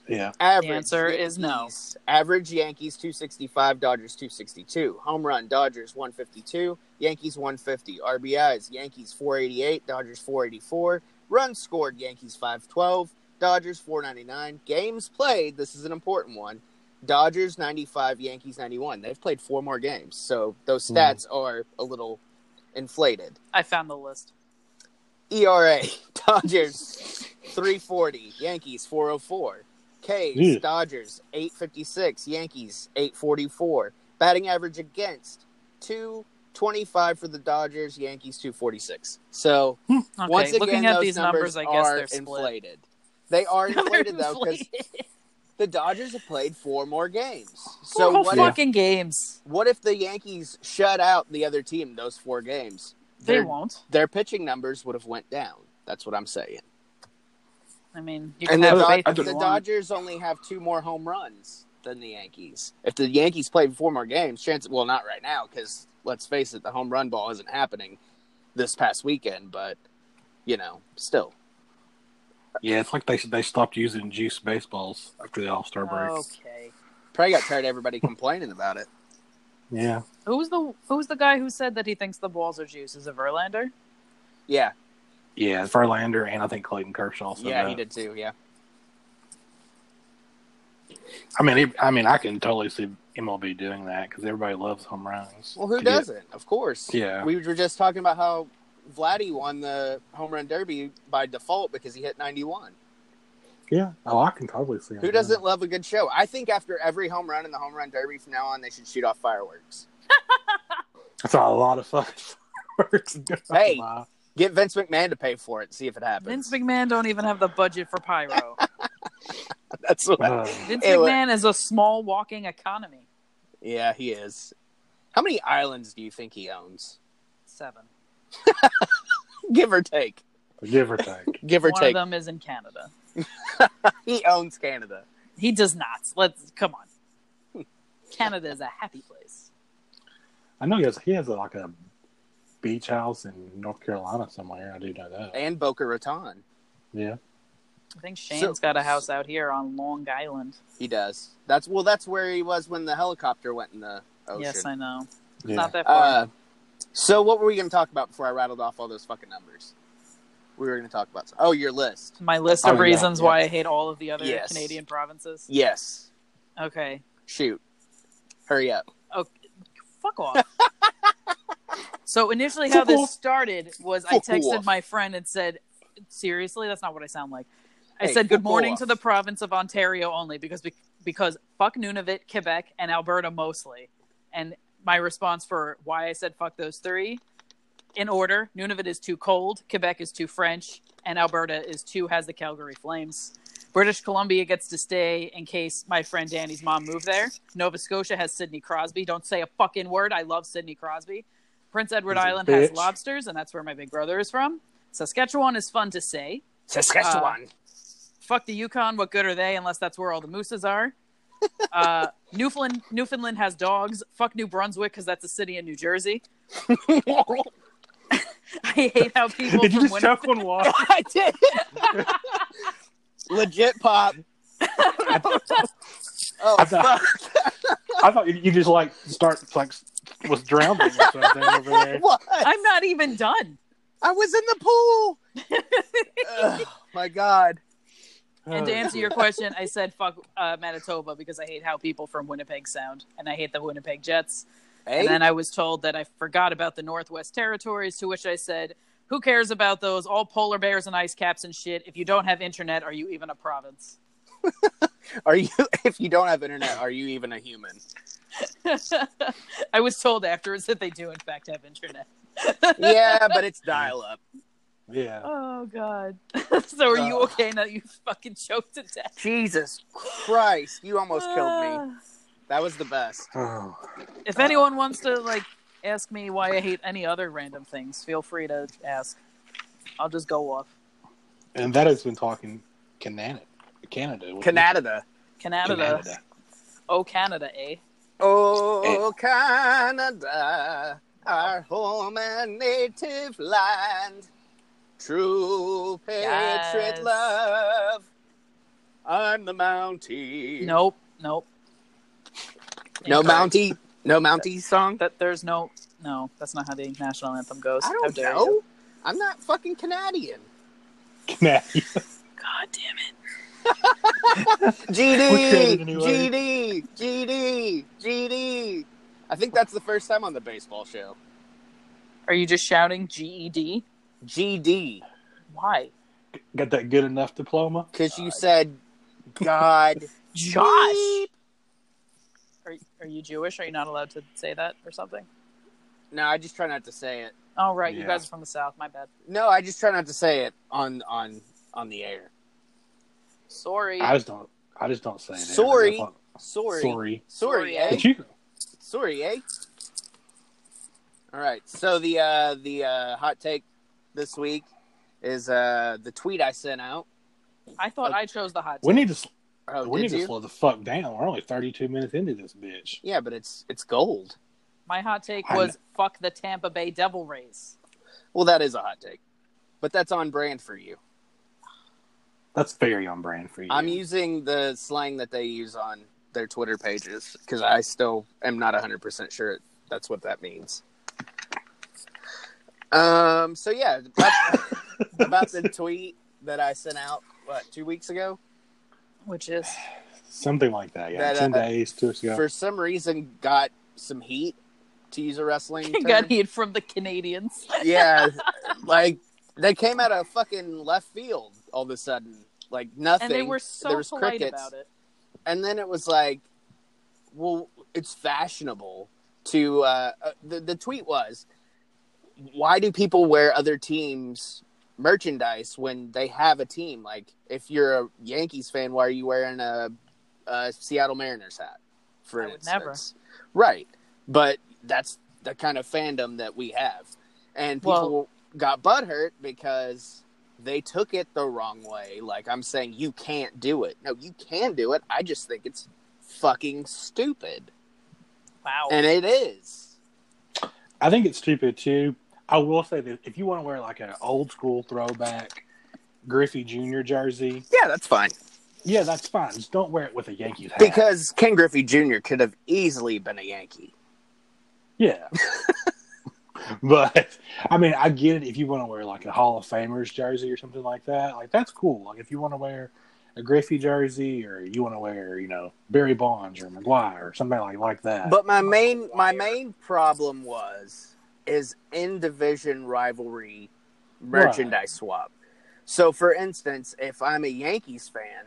Speaker 2: Yeah.
Speaker 1: Average
Speaker 3: The answer is no.
Speaker 1: Yankees- Average Yankees 265, Dodgers 262. Home run Dodgers 152, Yankees 150. RBIs Yankees 488, Dodgers 484. Runs scored Yankees 512, Dodgers 499. Games played, this is an important one. Dodgers 95, Yankees 91. They've played four more games, so those
Speaker 2: Hmm.
Speaker 1: stats are a little inflated.
Speaker 3: I found the list.
Speaker 1: ERA E Dodgers 340, Yankees 404. K's
Speaker 2: Yeah.
Speaker 1: Dodgers 856, Yankees 844. Batting average against 225 for the Dodgers, Yankees 246. So,
Speaker 3: Okay,
Speaker 1: once again,
Speaker 3: looking at
Speaker 1: those
Speaker 3: these
Speaker 1: numbers,
Speaker 3: numbers, I guess
Speaker 1: are
Speaker 3: they're split.
Speaker 1: inflated. They are inflated
Speaker 3: They're
Speaker 1: though because
Speaker 3: inflated.
Speaker 1: the Dodgers have played four more games.
Speaker 3: Four
Speaker 1: So
Speaker 3: whole
Speaker 1: what if,
Speaker 3: fucking games.
Speaker 1: what if the Yankees shut out the other team those four games?
Speaker 3: They
Speaker 1: They're-
Speaker 3: won't.
Speaker 1: Their pitching numbers would have went down. That's what I'm saying.
Speaker 3: I mean, you can
Speaker 1: And the,
Speaker 3: have
Speaker 2: Dod-
Speaker 3: faith
Speaker 2: I
Speaker 3: if
Speaker 2: don't-
Speaker 3: you
Speaker 1: the
Speaker 3: want.
Speaker 1: Dodgers only have two more home runs than the Yankees. If the Yankees played four more games, chance well, not right now because let's face it, the home run ball isn't happening this past weekend. But you know, still,
Speaker 2: Yeah, it's like they they stopped using juice baseballs after the All Star break.
Speaker 1: Oh.
Speaker 3: Okay.
Speaker 1: probably got tired of everybody complaining about it.
Speaker 2: Yeah.
Speaker 3: Who's the Who's the guy who said that he thinks the balls are juice? Is it Verlander?
Speaker 1: Yeah,
Speaker 2: Yeah, Verlander and I think Clayton Kershaw. Said
Speaker 1: yeah,
Speaker 2: that.
Speaker 1: he did too. Yeah,
Speaker 2: I mean, he, I mean, I can totally see MLB doing that because everybody loves home runs.
Speaker 1: well, who
Speaker 2: To get-
Speaker 1: doesn't? Of course.
Speaker 2: Yeah.
Speaker 1: we were just talking about how Vladdy won the home run derby by default because he hit ninety one.
Speaker 2: Yeah. Oh, I can totally see.
Speaker 1: Who doesn't love a good show? I think after every home run in the home run derby from now on, they should shoot off fireworks.
Speaker 2: That's a lot of fun.
Speaker 1: Hey. Get Vince McMahon to pay for it. See if it happens.
Speaker 3: Vince McMahon don't even have the budget for pyro.
Speaker 1: That's what.
Speaker 2: Uh,
Speaker 3: Vince
Speaker 1: It wa-
Speaker 3: McMahon is a small walking economy.
Speaker 1: yeah, he is. How many islands do you think he owns?
Speaker 3: Seven.
Speaker 1: Give or take.
Speaker 2: give or take.
Speaker 1: Give or
Speaker 3: One
Speaker 1: take.
Speaker 3: of them is in Canada.
Speaker 1: He owns Canada.
Speaker 3: He does not. Let's come on. Canada is a happy place.
Speaker 2: I know he has he has like a beach house in North Carolina somewhere. I do know that.
Speaker 1: And Boca Raton.
Speaker 2: Yeah.
Speaker 3: I think
Speaker 1: So-
Speaker 3: Shane's got a house out here on Long Island.
Speaker 1: He does. That's well that's where he was when the helicopter went in the ocean.
Speaker 3: Yes, I know. It's
Speaker 2: Yeah.
Speaker 3: not that far.
Speaker 1: Oh, uh, so what were we gonna talk about before I rattled off all those fucking numbers? We were gonna talk about oh your list.
Speaker 3: My list
Speaker 2: Oh,
Speaker 3: of
Speaker 2: yeah,
Speaker 3: reasons
Speaker 2: yeah.
Speaker 3: why I hate all of the other
Speaker 1: Yes.
Speaker 3: Canadian provinces.
Speaker 1: Yes.
Speaker 3: Okay.
Speaker 1: Shoot. Hurry up.
Speaker 3: Fuck off. so initially, how
Speaker 2: Fuck
Speaker 3: this
Speaker 2: off.
Speaker 3: started was
Speaker 1: Fuck
Speaker 3: I texted
Speaker 1: off.
Speaker 3: my friend and said, "Seriously, that's not what I sound like." I
Speaker 1: Hey,
Speaker 3: said, "Good
Speaker 1: fuck
Speaker 3: morning
Speaker 1: off.
Speaker 3: to the province of Ontario only because because fuck Nunavut, Quebec, and Alberta mostly." And my response for why I said fuck those three in order: Nunavut is too cold, Quebec is too French, and Alberta is too has the Calgary Flames. British Columbia gets to stay in case my friend Danny's mom moved there. Nova Scotia has Sidney Crosby. Don't say a fucking word. I love Sidney Crosby. Prince Edward
Speaker 2: He's a
Speaker 3: Island has
Speaker 2: bitch.
Speaker 3: lobsters, and that's where my big brother is from. Saskatchewan is fun to say.
Speaker 1: Saskatchewan.
Speaker 3: Fuck the Yukon. What good are they unless that's where all the mooses are? Uh, Newfoundland, Newfoundland has dogs. Fuck New Brunswick because that's a city in New Jersey. I hate how people.
Speaker 2: Did you
Speaker 3: from
Speaker 2: just
Speaker 3: Winnipeg-
Speaker 2: chuck one water?
Speaker 1: I did. Legit pop. oh
Speaker 2: I thought-
Speaker 1: fuck!
Speaker 2: I thought you- you just like start like was drowning or something over there.
Speaker 1: What?
Speaker 3: I'm not even done.
Speaker 1: I was in the pool. Ugh, my God.
Speaker 3: And
Speaker 1: Oh.
Speaker 3: to answer your question, I said fuck uh, Manitoba because I hate how people from Winnipeg sound, and I hate the Winnipeg Jets.
Speaker 1: Hey,
Speaker 3: And then I was told that I forgot about the Northwest Territories, to which I said, "Who cares about those? All polar bears and ice caps and shit. If you don't have internet, are you even a province?"
Speaker 1: are you? If you don't have internet, are you even a human?
Speaker 3: I was told afterwards that they do in fact have internet.
Speaker 1: yeah, but it's dial up.
Speaker 2: yeah,
Speaker 3: Oh god. so are you
Speaker 1: Ugh.
Speaker 3: okay now that you fucking choked to death?
Speaker 1: Jesus Christ! You almost killed
Speaker 3: Ah.
Speaker 1: me. That was the best.
Speaker 2: oh,
Speaker 3: If
Speaker 1: Uh,
Speaker 3: anyone wants to like ask me why I hate any other random things, feel free to ask. I'll just go off.
Speaker 2: and that has been talking Canada, Canada, wasn't it?
Speaker 1: Canada.
Speaker 3: Canada.
Speaker 2: Canada.
Speaker 3: Oh Canada, eh?
Speaker 1: Oh, Canada, our home and native land. True patriot
Speaker 3: Yes.
Speaker 1: love. I'm the Mountie.
Speaker 3: Nope, nope.
Speaker 1: no
Speaker 3: Incorrect.
Speaker 1: Mountie. No Mountie song.
Speaker 3: That there's no no, that's not how the national anthem goes.
Speaker 1: I
Speaker 3: How
Speaker 1: don't
Speaker 3: dare
Speaker 1: know.
Speaker 3: you.
Speaker 1: I'm not fucking Canadian.
Speaker 2: Canada.
Speaker 3: God damn it.
Speaker 2: We're
Speaker 1: GD,
Speaker 2: Canadian anyway.
Speaker 1: GD, GD, GD. I think that's the first time on the baseball show.
Speaker 3: Are you just shouting GED?
Speaker 1: GD,
Speaker 3: Why?
Speaker 2: Got that good enough diploma?
Speaker 1: because you said God.
Speaker 3: Uh, Josh. Are, are you Jewish? Are you not allowed to say that or something?
Speaker 1: No, I just try not to say it.
Speaker 3: Oh, right. You
Speaker 2: Yeah.
Speaker 3: guys are from the South. My bad.
Speaker 1: No, I just try not to say it on on on the air.
Speaker 3: Sorry.
Speaker 2: I just don't. I just don't say it.
Speaker 1: Sorry.
Speaker 2: Sorry,
Speaker 1: Sorry, sorry,
Speaker 2: sorry.
Speaker 1: sorry,
Speaker 3: Sorry,
Speaker 1: eh?
Speaker 2: But you,
Speaker 1: Sorry, eh? All right. So the uh, the uh, hot take this week is uh, the tweet I sent out.
Speaker 3: I thought I chose the hot
Speaker 2: we
Speaker 3: take.
Speaker 2: need to.
Speaker 1: Oh,
Speaker 2: we need
Speaker 1: did you?
Speaker 2: to slow the fuck down. We're only thirty-two minutes into this bitch.
Speaker 1: Yeah, but it's it's gold.
Speaker 3: My hot take
Speaker 2: I
Speaker 3: was fuck the Tampa Bay Devil Rays.
Speaker 1: Well, that is a hot take, but that's on brand for you.
Speaker 2: That's very on brand for you.
Speaker 1: I'm using the slang that they use on their Twitter pages because I still am not 100% sure that's what that means. Um. So yeah, about, about the tweet that I sent out what two weeks ago.
Speaker 3: Which is
Speaker 2: something like that. Yeah,
Speaker 1: That, uh,
Speaker 2: ten days, two weeks ago.
Speaker 1: For some reason, got some heat to use a wrestling. term.
Speaker 3: got heat from the Canadians.
Speaker 1: yeah, like they came out of fucking left field all of a sudden. Like nothing.
Speaker 3: And they were so
Speaker 1: there was
Speaker 3: polite
Speaker 1: crickets.
Speaker 3: about it.
Speaker 1: and then it was like, well, it's fashionable to. Uh, uh, the the tweet was, why do people wear other teams' merchandise when they have a team? Like, if you're a Yankees fan, why are you wearing a, a Seattle Mariners hat? For
Speaker 3: I would
Speaker 1: instance, right? But that's the kind of fandom that we have, and people got butthurt because they took it the wrong way. Like I'm saying, you can't do it. No, you can do it. I just think it's fucking stupid,
Speaker 3: Wow.
Speaker 1: and it is.
Speaker 2: I think it's stupid too. I will say that if you want to wear like an old school throwback Griffey Jr. jersey,
Speaker 1: Yeah, that's fine
Speaker 2: yeah, that's fine. Just don't wear it with a Yankees hat.
Speaker 1: because Ken Griffey Jr. could have easily been a Yankee.
Speaker 2: yeah. but I mean, I get it if you want to wear like a Hall of Famers jersey or something like that. Like that's cool. Like if you want to wear a Griffey jersey or you want to wear, you know, Barry Bonds or McGuire or somebody like like that.
Speaker 1: But my main my main problem was is in division rivalry merchandise swap. So, for instance, if I'm a Yankees fan,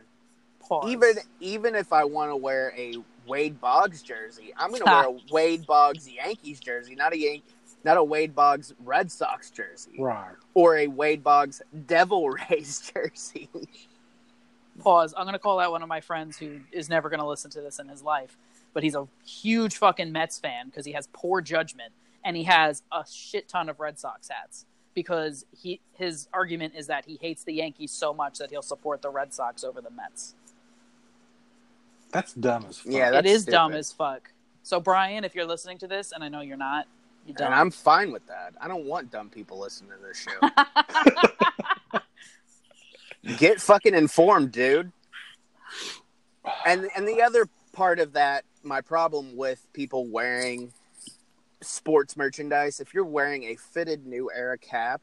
Speaker 3: Pause.
Speaker 1: even even if I want to wear a Wade Boggs jersey, I'm going to wear a Wade Boggs Yankees jersey, not a Yan- not a Wade Boggs Red Sox jersey
Speaker 2: right.
Speaker 1: or a Wade Boggs Devil Rays jersey.
Speaker 3: pause. I'm going to call out one of my friends who is never going to listen to this in his life, but he's a huge fucking Mets fan because he has poor judgment and he has a shit ton of Red Sox hats because he his argument is that he hates the Yankees so much that he'll support the Red Sox over the Mets.
Speaker 2: That's dumb as fuck.
Speaker 1: Yeah, that-
Speaker 3: it
Speaker 1: That's
Speaker 3: is dumb
Speaker 1: stupid.
Speaker 3: as fuck. So Brian, if you're listening to this, and I know you're not, You
Speaker 1: and
Speaker 3: don't.
Speaker 1: I'm fine with that. I don't want dumb people listening to this show. get fucking informed, dude. And and the other part of that, my problem with people wearing sports merchandise, if you're wearing a fitted new era cap,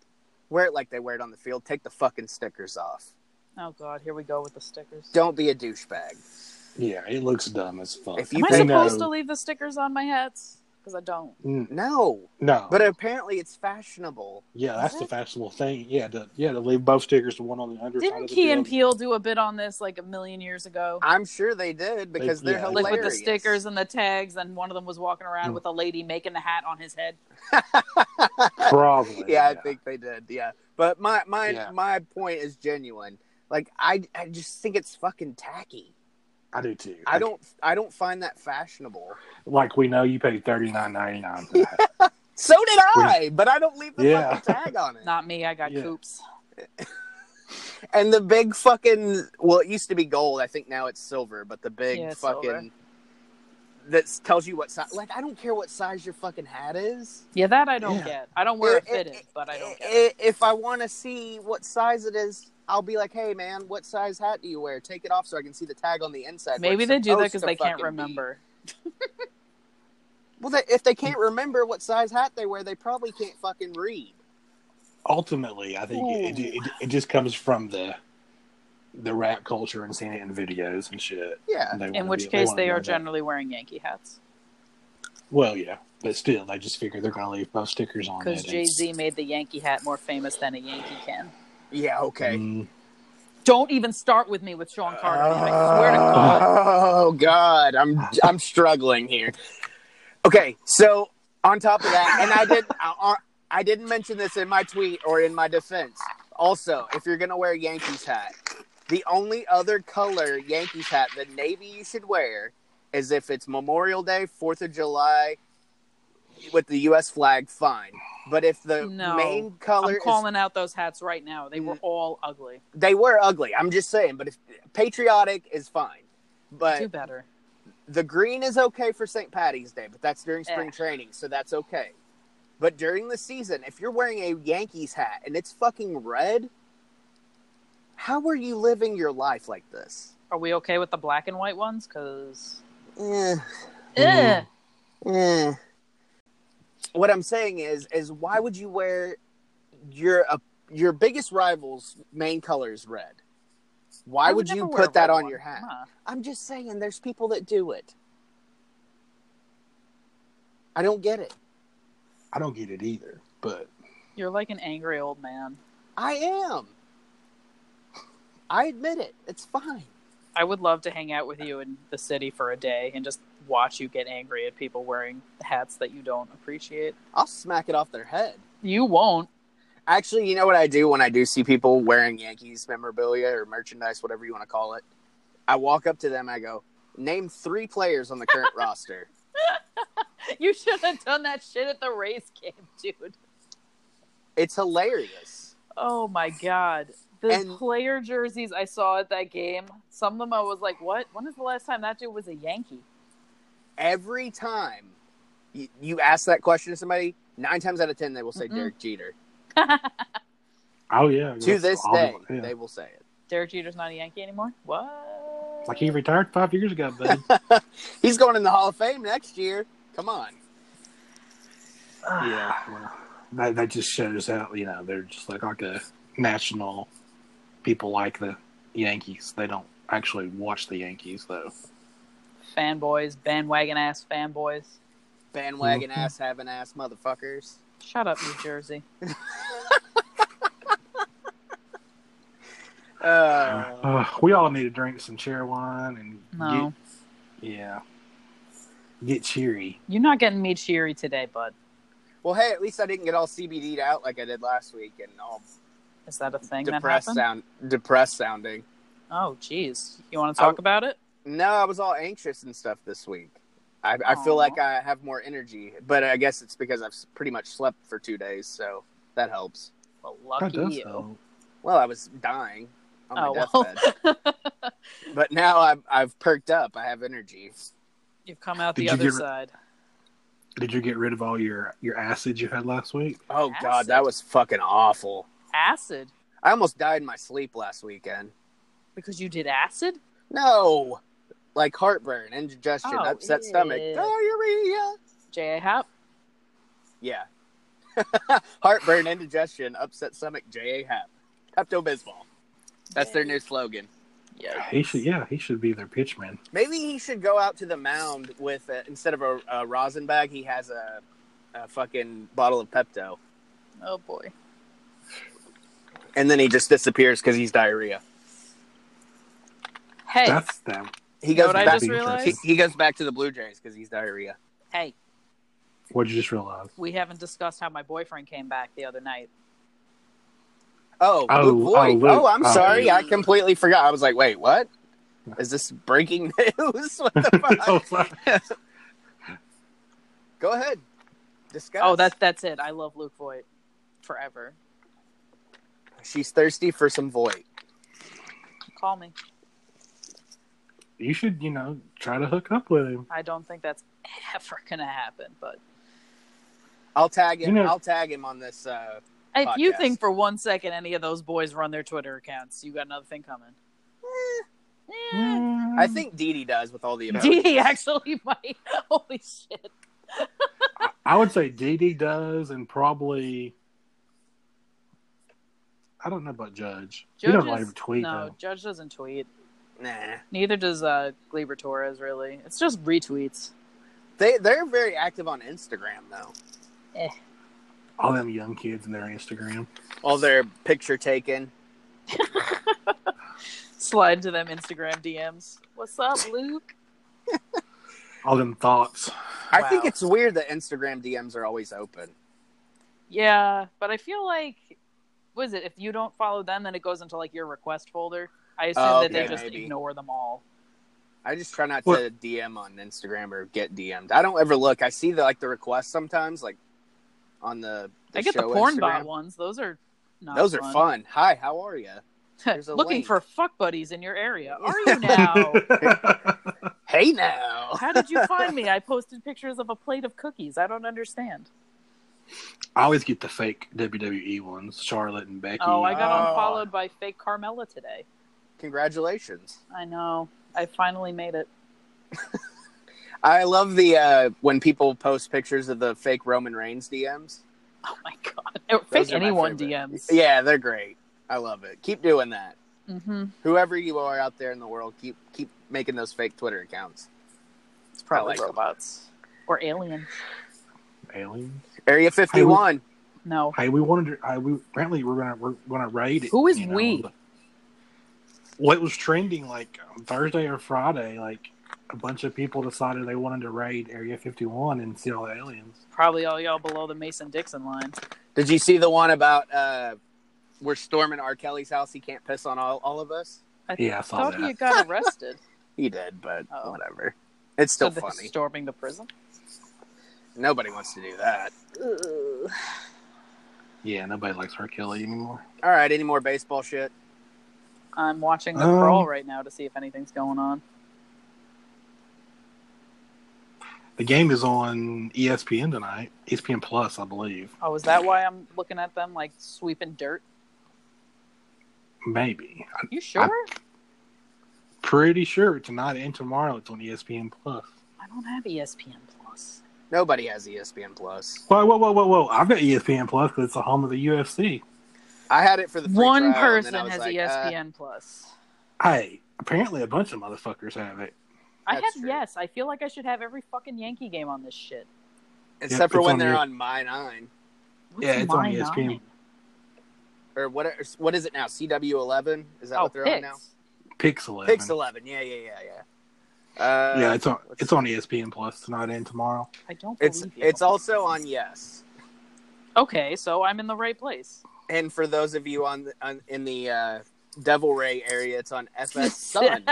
Speaker 1: wear it like they wear it on the field. Take the fucking stickers off.
Speaker 3: oh God, here we go with the stickers.
Speaker 1: Don't be a douchebag.
Speaker 2: Yeah, it looks dumb as fuck.
Speaker 1: If you
Speaker 3: Am I
Speaker 1: pay-
Speaker 3: supposed to leave the stickers on my hats? Because I don't.
Speaker 2: Mm,
Speaker 1: No.
Speaker 2: no,
Speaker 3: Oh.
Speaker 1: But apparently it's fashionable.
Speaker 2: yeah, that's
Speaker 3: Is
Speaker 2: the
Speaker 3: it?
Speaker 2: fashionable thing. Yeah, to, yeah, to leave both stickers, the one on the underside.
Speaker 3: Didn't
Speaker 2: of the
Speaker 3: Key and
Speaker 2: field.
Speaker 3: Peele do a bit on this like a million years ago?
Speaker 1: I'm sure they did because
Speaker 2: They-
Speaker 1: they're
Speaker 2: yeah.
Speaker 3: like
Speaker 1: hilarious.
Speaker 3: with the stickers and the tags, and one of them was walking around
Speaker 2: Mm.
Speaker 3: with a lady making the hat on his head.
Speaker 2: Probably.
Speaker 1: yeah, I think they did. Yeah, but my my
Speaker 2: Yeah.
Speaker 1: my point is genuine. Like I I just think it's fucking tacky.
Speaker 2: I do too.
Speaker 1: I
Speaker 2: Like-
Speaker 1: don't I don't find that fashionable.
Speaker 2: like we know you paid thirty nine ninety nine for that.
Speaker 1: So did I, but I don't leave the
Speaker 2: Yeah.
Speaker 1: fucking tag on it.
Speaker 3: Not me. I got
Speaker 2: Yeah.
Speaker 3: coops.
Speaker 1: And the big fucking well, it used to be gold. I think now it's silver, but the big
Speaker 3: Yeah, it's silver.
Speaker 1: fucking that tells you what size. Like I don't care what size your fucking hat is.
Speaker 3: Yeah, that I don't
Speaker 2: Yeah.
Speaker 3: get. I don't wear
Speaker 1: It-
Speaker 3: it fitted,
Speaker 1: it-
Speaker 3: but I don't get. It.
Speaker 1: I- If I want to see what size it is, I'll be like, "Hey, man, what size hat do you wear? Take it off so I can see the tag on the inside." where
Speaker 3: Maybe
Speaker 1: it's
Speaker 3: they do that
Speaker 1: supposed
Speaker 3: because
Speaker 1: to
Speaker 3: they can't
Speaker 1: fucking be."
Speaker 3: remember.
Speaker 1: Well, they, if they can't remember what size hat they wear, they probably can't fucking read.
Speaker 2: Ultimately, I think it, it, it, it just comes from the the rap culture and seeing it in videos and shit.
Speaker 1: Yeah,
Speaker 2: And they wanna
Speaker 3: In which
Speaker 2: be-
Speaker 3: case,
Speaker 2: wanna
Speaker 3: they
Speaker 2: know
Speaker 3: are
Speaker 2: that.
Speaker 3: generally wearing Yankee hats
Speaker 2: Well, yeah, but still, they just figure they're gonna leave both stickers on.
Speaker 3: because
Speaker 2: it and-
Speaker 3: Jay Z made the Yankee hat more famous than a Yankee can.
Speaker 1: yeah, okay.
Speaker 2: Mm,
Speaker 3: Don't even start with me with Sean Carter. I swear to God.
Speaker 1: Oh God, I'm I'm struggling here. Okay, so on top of that, and I did I, I didn't mention this in my tweet or in my defense. Also, if you're gonna wear a Yankees hat, the only other color Yankees hat, the navy you should wear, is if it's Memorial Day, Fourth of July, with the U.S. flag. Fine, but if the
Speaker 3: No,
Speaker 1: main color
Speaker 3: I'm
Speaker 1: is
Speaker 3: calling out those hats right now. They were all ugly.
Speaker 1: they were ugly. I'm just saying, but if patriotic is fine.
Speaker 3: Do
Speaker 1: But
Speaker 3: better.
Speaker 1: the green is okay for St. Patty's Day, but that's during spring
Speaker 3: Eh.
Speaker 1: training, so that's okay. But during the season, if you're wearing a Yankees hat and it's fucking red, how are you living your life like this?
Speaker 3: Are we okay with the black and white ones? Because
Speaker 1: Eh, Mm-hmm. eh. What I'm saying is, is why would you wear your uh, your biggest rival's main color is red? Why would, you put that on your hat? I'm just saying, there's people that do it. I don't get it.
Speaker 2: I don't get it either, but
Speaker 3: You're like an angry old man.
Speaker 1: I am. I admit it. It's fine.
Speaker 3: I would love to hang out with you in the city for a day and just watch you get angry at people wearing hats that you don't appreciate.
Speaker 1: I'll smack it off their head.
Speaker 3: You won't.
Speaker 1: Actually, you know what I do when I do see people wearing Yankees memorabilia or merchandise, whatever you want to call it? I walk up to them. I go, name three players on the current roster.
Speaker 3: You should have done that shit at the race game, dude.
Speaker 1: It's hilarious.
Speaker 3: Oh my god. The
Speaker 1: And-
Speaker 3: player jerseys I saw at that game, some of them I was like, what? When is the last time that dude was a Yankee?
Speaker 1: Every time you, you ask that question to somebody, nine times out of ten, they will say
Speaker 3: Mm-mm.
Speaker 1: Derek Jeter.
Speaker 2: oh yeah,
Speaker 1: To
Speaker 2: that's
Speaker 1: this
Speaker 2: all-
Speaker 1: day,
Speaker 2: yeah.
Speaker 1: they will say it.
Speaker 3: Derek Jeter's not a Yankee anymore? What?
Speaker 2: like he retired five years ago, buddy.
Speaker 1: He's going in the Hall of Fame next year. Come on.
Speaker 2: yeah, well, that that just shows how you know they're just like like a national people like the Yankees. They don't actually watch the Yankees though.
Speaker 3: fanboys, bandwagon ass fanboys.
Speaker 1: Bandwagon
Speaker 2: Mhm.
Speaker 1: ass, having ass motherfuckers.
Speaker 3: Shut up, New Jersey.
Speaker 1: Uh,
Speaker 2: Uh, we all need to drink some cheer wine and
Speaker 3: No.
Speaker 2: get, yeah, get cheery.
Speaker 3: You're not getting me cheery today, bud.
Speaker 1: well, hey, at least I didn't get all CBD'd out like I did last week and all
Speaker 3: Is that a thing that
Speaker 1: depressed
Speaker 3: happened?
Speaker 1: sound, depressed sounding.
Speaker 3: Oh, jeez. You want to talk
Speaker 1: I-
Speaker 3: about it?
Speaker 1: No, I was all anxious and stuff this week. I, I feel
Speaker 3: Aw.
Speaker 1: like I have more energy, but I guess it's because I've s- pretty much slept for two days, so that helps.
Speaker 3: Well,
Speaker 2: That
Speaker 3: lucky
Speaker 2: does
Speaker 3: you.
Speaker 2: help.
Speaker 1: Well, I was dying on my
Speaker 3: Oh, well.
Speaker 1: deathbed, but now I've, I've perked up. I have energy.
Speaker 3: You've come out
Speaker 2: Did
Speaker 3: the
Speaker 2: you
Speaker 3: other
Speaker 2: get-
Speaker 3: side.
Speaker 2: Did you get rid of all your your acid you had last week?
Speaker 1: Oh god,
Speaker 3: Acid.
Speaker 1: that was fucking awful.
Speaker 3: Acid?
Speaker 1: I almost died in my sleep last weekend.
Speaker 3: Because you did acid?
Speaker 1: No, like heartburn, indigestion,
Speaker 3: Oh,
Speaker 1: upset stomach,
Speaker 3: ew.
Speaker 1: diarrhea.
Speaker 3: J.A. Hop?
Speaker 1: Yeah, heartburn, indigestion, upset stomach, J A HAP, Pepto Bismol. That's their new slogan.
Speaker 3: Yeah.
Speaker 2: He should, yeah, he should be their pitchman.
Speaker 1: Maybe he should go out to the mound with a, instead of a, a rosin bag, he has a, a fucking bottle of Pepto,
Speaker 3: Oh, boy.
Speaker 1: and then he just disappears because he's diarrhea.
Speaker 3: Hey,
Speaker 2: That's them.
Speaker 1: He
Speaker 3: You know
Speaker 1: goes
Speaker 3: what I
Speaker 1: back.
Speaker 2: That'd
Speaker 3: just
Speaker 2: be
Speaker 1: He,
Speaker 3: realized?
Speaker 2: interesting.
Speaker 1: he goes back to the Blue Jays because he's diarrhea.
Speaker 3: Hey,
Speaker 2: What'd you just realize?
Speaker 3: we haven't discussed how my boyfriend came back the other night.
Speaker 1: Oh,
Speaker 2: Oh,
Speaker 1: Luke Voigt.
Speaker 2: oh, Luke.
Speaker 1: Oh, I'm
Speaker 2: Oh,
Speaker 1: sorry,
Speaker 3: yeah.
Speaker 1: I completely forgot. I was like, wait, what? Is this breaking news? What the
Speaker 2: Oh,
Speaker 1: fuck?
Speaker 2: fuck.
Speaker 1: Go ahead, discuss.
Speaker 3: Oh, that's that's it. I love Luke Voigt forever.
Speaker 1: she's thirsty for some Voigt.
Speaker 3: Call me.
Speaker 2: you should, you know, try to hook up with him.
Speaker 3: I don't think that's ever gonna happen. But
Speaker 1: I'll tag him.
Speaker 2: You know-
Speaker 1: I'll tag him on this. Uh,
Speaker 3: if you
Speaker 1: Podcast.
Speaker 3: think for one second any of those boys run their Twitter accounts, you got another thing coming.
Speaker 2: Mm.
Speaker 3: Eh.
Speaker 1: I think Dee Dee does with all the. emojis.
Speaker 3: Dee actually might. Holy shit!
Speaker 2: I would say DD does, and probably. I don't know about Judge. You
Speaker 3: Judge
Speaker 2: don't like
Speaker 3: is-
Speaker 2: him tweet
Speaker 3: no,
Speaker 2: though.
Speaker 3: Judge doesn't tweet.
Speaker 1: Nah,
Speaker 3: Neither does uh, Gleber Torres. Really, it's just retweets.
Speaker 1: they they're very active on Instagram though.
Speaker 2: All them young kids and their Instagram.
Speaker 1: All their picture taken.
Speaker 3: Slide to them Instagram DMs. What's up, Luke?
Speaker 2: All them thoughts.
Speaker 1: I
Speaker 3: Wow.
Speaker 1: think it's weird that Instagram DMs are always open.
Speaker 3: Yeah, but I feel like what is it? If you don't follow them, then it goes into like your request folder. I assume
Speaker 1: Oh,
Speaker 3: that they
Speaker 1: okay,
Speaker 3: just
Speaker 1: maybe.
Speaker 3: ignore them all.
Speaker 1: I just try not to
Speaker 2: What-
Speaker 1: DM on Instagram or get DM'd. I don't ever look. I see the like the requests sometimes, like on the. the
Speaker 3: I get the
Speaker 1: show
Speaker 3: porn
Speaker 1: Instagram.
Speaker 3: bot ones. Those are not
Speaker 1: Those are
Speaker 3: fun.
Speaker 1: fun. Hi, how are you? There's a
Speaker 3: Looking
Speaker 1: link.
Speaker 3: for fuck buddies in your area. Are you now?
Speaker 1: Hey now.
Speaker 3: How did you find me? I posted pictures of a plate of cookies. I don't understand.
Speaker 2: I always get the fake WWE ones, Charlotte and Becky. uh,
Speaker 3: Oh, I got
Speaker 1: Oh.
Speaker 3: unfollowed by fake Carmella today.
Speaker 1: Congratulations.
Speaker 3: I know. I finally made it.
Speaker 1: I love the uh when people post pictures of the fake Roman Reigns DMs.
Speaker 3: Oh my god! Or
Speaker 1: Those
Speaker 3: fake
Speaker 1: are my
Speaker 3: anyone
Speaker 1: favorite.
Speaker 3: DMs.
Speaker 1: Yeah, they're great. I love it. Keep doing that.
Speaker 3: Mm-hmm.
Speaker 1: Whoever you are out there in the world, keep keep making those fake Twitter accounts.
Speaker 3: It's probably
Speaker 1: like 'em.
Speaker 3: robots or aliens.
Speaker 2: aliens.
Speaker 1: Area 51.
Speaker 3: No.
Speaker 2: Hey, we wanted to. I, we apparently we're gonna we're gonna raid it.
Speaker 3: Who is
Speaker 2: you
Speaker 3: we?
Speaker 2: but- Well, it was trending like on Thursday or Friday. Like a bunch of people decided they wanted to raid Area 51 and see all the aliens.
Speaker 3: Probably all y'all below the Mason Dixon line.
Speaker 1: Did you see the one about uh we're storming R. Kelly's house? He can't piss on all, all of us?
Speaker 2: Yeah, I saw
Speaker 3: Thought
Speaker 2: that.
Speaker 3: you got arrested.
Speaker 1: He did, but
Speaker 3: Oh.
Speaker 1: whatever. It's still
Speaker 3: So they're
Speaker 1: funny.
Speaker 3: Storming the prison.
Speaker 1: Nobody wants to do that.
Speaker 2: Yeah, nobody likes R. Kelly anymore.
Speaker 1: All right, any more baseball shit?
Speaker 3: I'm watching the
Speaker 2: Um,
Speaker 3: crawl right now to see if anything's going on.
Speaker 2: The game is on E ESPN tonight, E ESPN Plus, I believe.
Speaker 3: Oh, is that why I'm looking at them like sweeping dirt?
Speaker 2: Maybe. I'm
Speaker 3: You sure? I,
Speaker 2: pretty sure tonight and tomorrow it's on E ESPN Plus.
Speaker 3: don't have E ESPN Plus.
Speaker 1: Nobody has E ESPN Plus.
Speaker 2: Whoa, whoa, whoa, whoa, whoa! I've got E ESPN Plus because it's the home of the UFC.
Speaker 1: I had it for the free
Speaker 3: One
Speaker 1: trial, and then
Speaker 3: person
Speaker 1: I was
Speaker 3: has E
Speaker 1: like, uh,
Speaker 3: ESPN Plus.
Speaker 2: Hey, apparently a bunch of motherfuckers have it.
Speaker 3: I
Speaker 1: that's
Speaker 3: have
Speaker 1: true.
Speaker 3: yes. I feel like I should have every fucking Yankee game on this shit.
Speaker 1: except
Speaker 2: Yep,
Speaker 1: for
Speaker 2: it's
Speaker 1: when
Speaker 2: on
Speaker 1: they're
Speaker 2: your-
Speaker 1: on my nine
Speaker 3: What's
Speaker 2: Yeah, it's on E
Speaker 3: my
Speaker 2: ESPN.
Speaker 3: nine?
Speaker 1: or what? What is it now? CW eleven? Is that
Speaker 3: Oh,
Speaker 1: what they're on
Speaker 3: picks.
Speaker 1: now?
Speaker 2: Pixel. Eleven.
Speaker 1: Pix eleven. Yeah, yeah, yeah, yeah. Uh,
Speaker 2: yeah, it's on
Speaker 1: let's-
Speaker 2: it's on E ESPN Plus tonight and tomorrow.
Speaker 3: I don't. Believe
Speaker 1: It's
Speaker 3: you.
Speaker 1: it's also on Yes.
Speaker 3: okay. So I'm in the right place.
Speaker 1: And for those of you on, the, on in the uh, Devil Ray area, it's on FS Sun.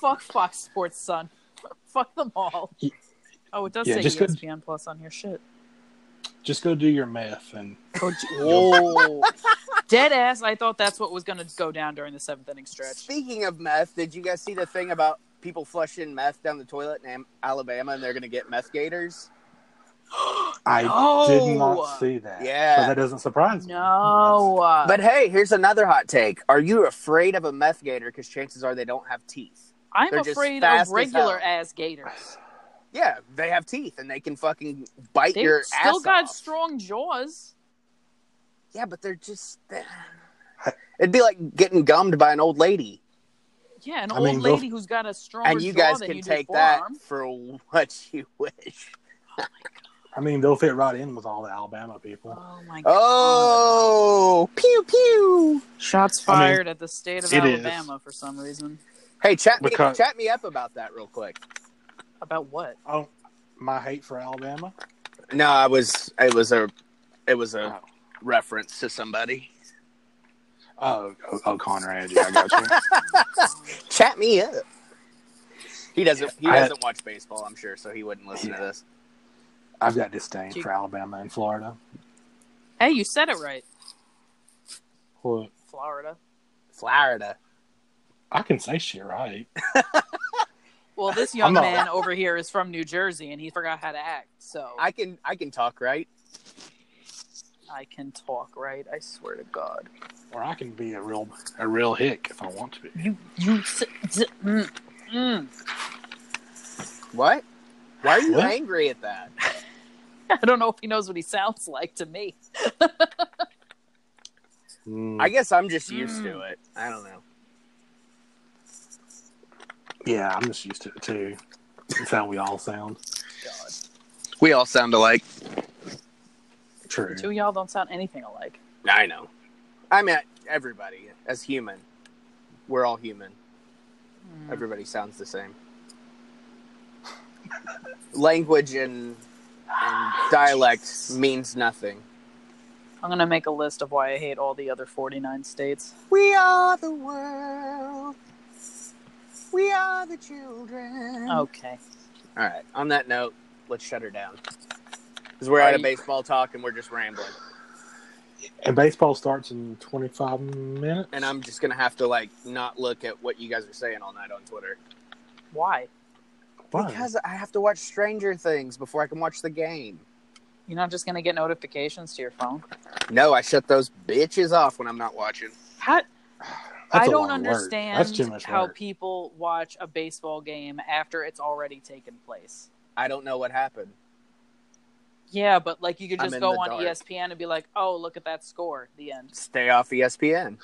Speaker 3: Fuck Fox Sports Sun. Fuck them all.
Speaker 2: Yeah.
Speaker 3: Oh, it does
Speaker 2: Yeah,
Speaker 3: say
Speaker 2: just go-
Speaker 3: ESPN Plus on your shit.
Speaker 2: Just go do your math and
Speaker 3: Oh, dead ass. I thought that's what was going to go down during the seventh inning stretch.
Speaker 1: Speaking of meth, did you guys see the thing about people flushing meth down the toilet in Am- Alabama and they're going to get meth gators?
Speaker 2: I
Speaker 3: No.
Speaker 2: did not see that.
Speaker 1: Yeah.
Speaker 2: But that doesn't surprise me.
Speaker 3: No. uh,
Speaker 1: But hey, here's another hot take. Are you afraid of a meth gator? Because chances are they don't have teeth.
Speaker 3: I'm
Speaker 1: they're just
Speaker 3: afraid
Speaker 1: fast as
Speaker 3: of
Speaker 1: hell.
Speaker 3: regular ass gators.
Speaker 1: Yeah, they have teeth and they can fucking bite
Speaker 3: They've
Speaker 1: your
Speaker 3: still
Speaker 1: ass
Speaker 3: got
Speaker 1: off.
Speaker 3: strong jaws.
Speaker 1: yeah, but they're just. It'd be like getting gummed by an old lady,
Speaker 3: Yeah, an
Speaker 2: I
Speaker 3: old
Speaker 2: mean, they'll-
Speaker 3: lady who's got a stronger
Speaker 1: and you
Speaker 3: jaw
Speaker 1: guys
Speaker 3: than
Speaker 1: can
Speaker 3: you do
Speaker 1: take that
Speaker 3: forearm.
Speaker 1: for what you wish.
Speaker 2: I mean, they'll fit right in with all the Alabama people.
Speaker 3: Oh my god!
Speaker 1: Oh, pew pew.
Speaker 3: shots
Speaker 2: I mean,
Speaker 3: fired at the state of
Speaker 2: it is.
Speaker 3: Alabama for some reason.
Speaker 1: Hey, chat me,
Speaker 2: Because-
Speaker 1: chat me up about that real quick.
Speaker 3: About what?
Speaker 2: Oh, my hate for Alabama.
Speaker 1: No, I was it was a it was a
Speaker 2: Oh,
Speaker 1: reference to somebody.
Speaker 2: oh, oh, oh, Conrad. Yeah, I got you.
Speaker 1: Chat me up. He doesn't he
Speaker 2: I-
Speaker 1: doesn't watch baseball, I'm sure, so he wouldn't listen to this.
Speaker 2: I've got disdain for Alabama and Florida.
Speaker 3: Hey, you said it right.
Speaker 2: Well,
Speaker 3: Florida.
Speaker 1: Florida.
Speaker 2: I can say shit right.
Speaker 3: Well, this young
Speaker 2: not-
Speaker 3: man over here is from New Jersey, and he forgot how to act. So I,
Speaker 1: I can I can talk right.
Speaker 3: can talk, right? I swear to God.
Speaker 2: Or I can be a real a real hick if I want to be.
Speaker 3: You you. s- z- mm, mm.
Speaker 1: What? Why are you
Speaker 2: What?
Speaker 1: angry at that?
Speaker 3: I don't know if he knows what he sounds like to me.
Speaker 1: I guess I'm just used
Speaker 3: Mm.
Speaker 1: to it. I don't know.
Speaker 2: yeah, I'm just used to it too. That's how we all sound.
Speaker 1: We all sound alike.
Speaker 2: True.
Speaker 3: The two of y'all don't sound anything alike.
Speaker 1: I know. I mean everybody as human. We're all human.
Speaker 3: Mm.
Speaker 1: Everybody sounds the same. Language and and dialect means nothing.
Speaker 3: I'm gonna make a list of why I hate all the other 49 states.
Speaker 1: We are the world. We are the children. All
Speaker 3: Okay.
Speaker 1: right. On that note, let's shut her down. Because we're
Speaker 3: Are
Speaker 1: out of
Speaker 3: you-
Speaker 1: baseball talk and we're just rambling.
Speaker 2: And baseball starts in 25 minutes.
Speaker 1: And I'm just gonna have to like not look at what you guys are saying all night on Twitter
Speaker 3: Why?
Speaker 2: Why?
Speaker 1: because I have to watch Stranger Things before I can watch the game.
Speaker 3: You're not just gonna get notifications to your phone.
Speaker 1: No, I shut those bitches off when I'm not watching.
Speaker 3: How,
Speaker 2: That's
Speaker 3: I
Speaker 2: a long
Speaker 3: don't
Speaker 2: word.
Speaker 3: understand
Speaker 2: That's too much
Speaker 3: how
Speaker 2: work.
Speaker 3: people watch a baseball game after it's already taken place.
Speaker 1: I don't know what happened.
Speaker 3: Yeah, but like you could
Speaker 1: I'm
Speaker 3: just
Speaker 1: in
Speaker 3: go
Speaker 1: the
Speaker 3: on E
Speaker 1: dark.
Speaker 3: ESPN and be like, "Oh, look at that score." The end.
Speaker 1: Stay off E ESPN.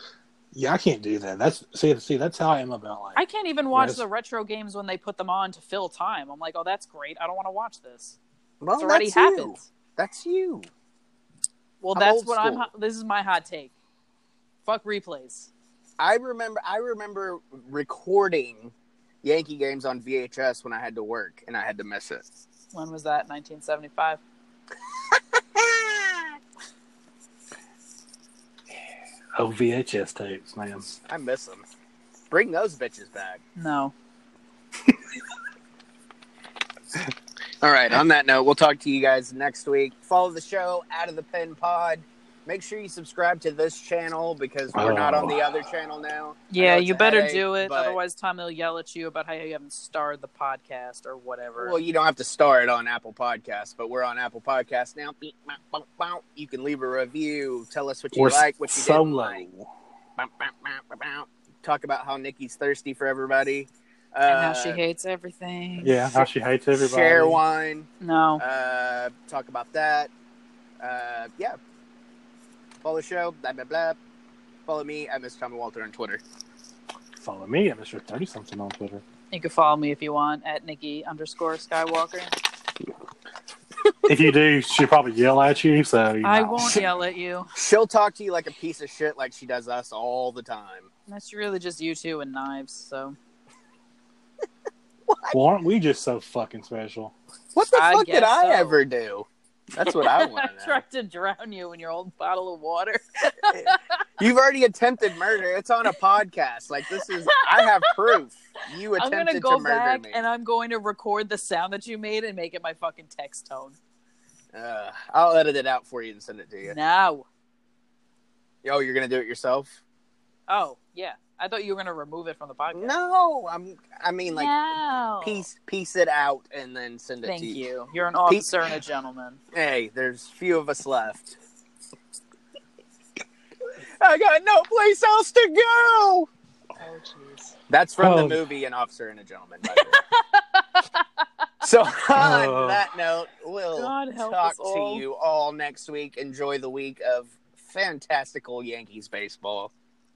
Speaker 2: Yeah, I can't do that. That's see, see, that's how I am about like.
Speaker 3: I can't even watch
Speaker 2: Yes.
Speaker 3: the retro games when they put them on to fill time. I'm like, "Oh, that's great. I don't want to watch this.
Speaker 1: Well,
Speaker 3: It's already
Speaker 1: Oh, that's
Speaker 3: happened."
Speaker 1: You. That's you.
Speaker 3: Well,
Speaker 1: I'm
Speaker 3: that's
Speaker 1: old
Speaker 3: what I'm.
Speaker 1: school.
Speaker 3: ho- This is my hot take. Fuck replays.
Speaker 1: I remember I remember recording Yankee games on VHS when I had to work and I had to miss it.
Speaker 3: When was that? 1975. Ah!
Speaker 2: Oh, VHS tapes, man.
Speaker 1: I miss them. Bring those bitches back.
Speaker 3: No.
Speaker 1: All right, on that note, we'll talk to you guys next week. Follow the show out of the pen pod. Make sure you subscribe to this channel because we're not on the other channel now. I
Speaker 3: Yeah,
Speaker 1: know it's
Speaker 3: you
Speaker 1: a
Speaker 3: better
Speaker 1: headache,
Speaker 3: do it.
Speaker 1: but-
Speaker 3: Otherwise, Tommy will yell at you about how you haven't starred the podcast or whatever.
Speaker 1: Well, you don't have to star it on Apple Podcasts, but we're on Apple Podcasts now. Beep, bop, bop, bop. You can leave a review, tell us what you
Speaker 2: Or
Speaker 1: like, what you
Speaker 2: solo.
Speaker 1: didn't like. Bow, bow, bow, bow, bow. talk about how Nikki's thirsty for everybody. Uh,
Speaker 3: and how she hates everything.
Speaker 2: Yeah, how she hates everybody.
Speaker 1: Share wine.
Speaker 3: No.
Speaker 1: Uh, talk about that. Uh, yeah. Follow the show. Blah blah blah. Follow me. I miss Tommy Walter on Twitter.
Speaker 2: Follow me at Mr. Thirty Something on Twitter.
Speaker 3: You can follow me if you want at Nikki underscore Skywalker.
Speaker 2: if you do, she'll probably yell at you. So you
Speaker 3: I
Speaker 2: know.
Speaker 3: won't yell at you.
Speaker 1: She'll talk to you like a piece of shit, like she does us all the time.
Speaker 3: That's really just you two and knives. So
Speaker 2: Well, aren't we just so fucking special?
Speaker 1: What the
Speaker 3: I
Speaker 1: fuck did
Speaker 3: guess
Speaker 1: I
Speaker 3: so.
Speaker 1: ever do? That's what I
Speaker 3: I
Speaker 1: want to know.
Speaker 3: tried to drown you in your old bottle of water.
Speaker 1: You've already attempted murder. It's on a podcast. Like this is. I have proof. You
Speaker 3: I'm
Speaker 1: attempted
Speaker 3: gonna go
Speaker 1: to murder
Speaker 3: back
Speaker 1: me.
Speaker 3: and I'm going to record the sound that you made and make it my fucking text tone.
Speaker 1: Uh, I'll edit it out for you and send it to you.
Speaker 3: Now.
Speaker 1: Oh, you're gonna do it yourself?
Speaker 3: Oh, Yeah, I thought you were going to remove it from the podcast.
Speaker 1: No, I'm. I mean, like
Speaker 3: no.
Speaker 1: piece piece it out and then send it
Speaker 3: Thank
Speaker 1: to you.
Speaker 3: you. You're an
Speaker 1: Pe-
Speaker 3: officer and a gentleman.
Speaker 1: Hey, there's few of us left. I got no place else to go.
Speaker 3: Oh jeez.
Speaker 1: That's from
Speaker 2: Oh.
Speaker 1: the movie An Officer and a Gentleman. By the way. so on
Speaker 2: Oh.
Speaker 1: that note, we'll
Speaker 3: God help
Speaker 1: talk
Speaker 3: us
Speaker 1: to
Speaker 3: all.
Speaker 1: you all next week. Enjoy the week of fantastical Yankees baseball.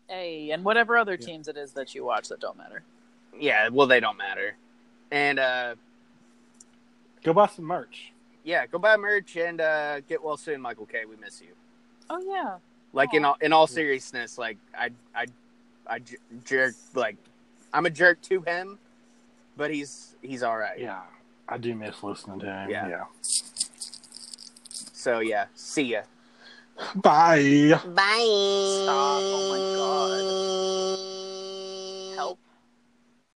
Speaker 3: Hey, and whatever other teams it is that you watch that don't matter.
Speaker 1: Yeah, well, they don't matter. And uh,
Speaker 2: Go buy some merch.
Speaker 1: yeah, go buy merch and uh, get well soon, Michael K. We miss you.
Speaker 3: Oh yeah.
Speaker 1: like in
Speaker 3: Aw.
Speaker 1: all in all seriousness like i i i j- jerk like i'm a jerk to him but he's he's all right
Speaker 2: Yeah, I do miss listening to him.
Speaker 1: Yeah.
Speaker 2: yeah.
Speaker 1: so yeah see ya
Speaker 2: Bye.
Speaker 1: bye
Speaker 3: Stop. Oh my god.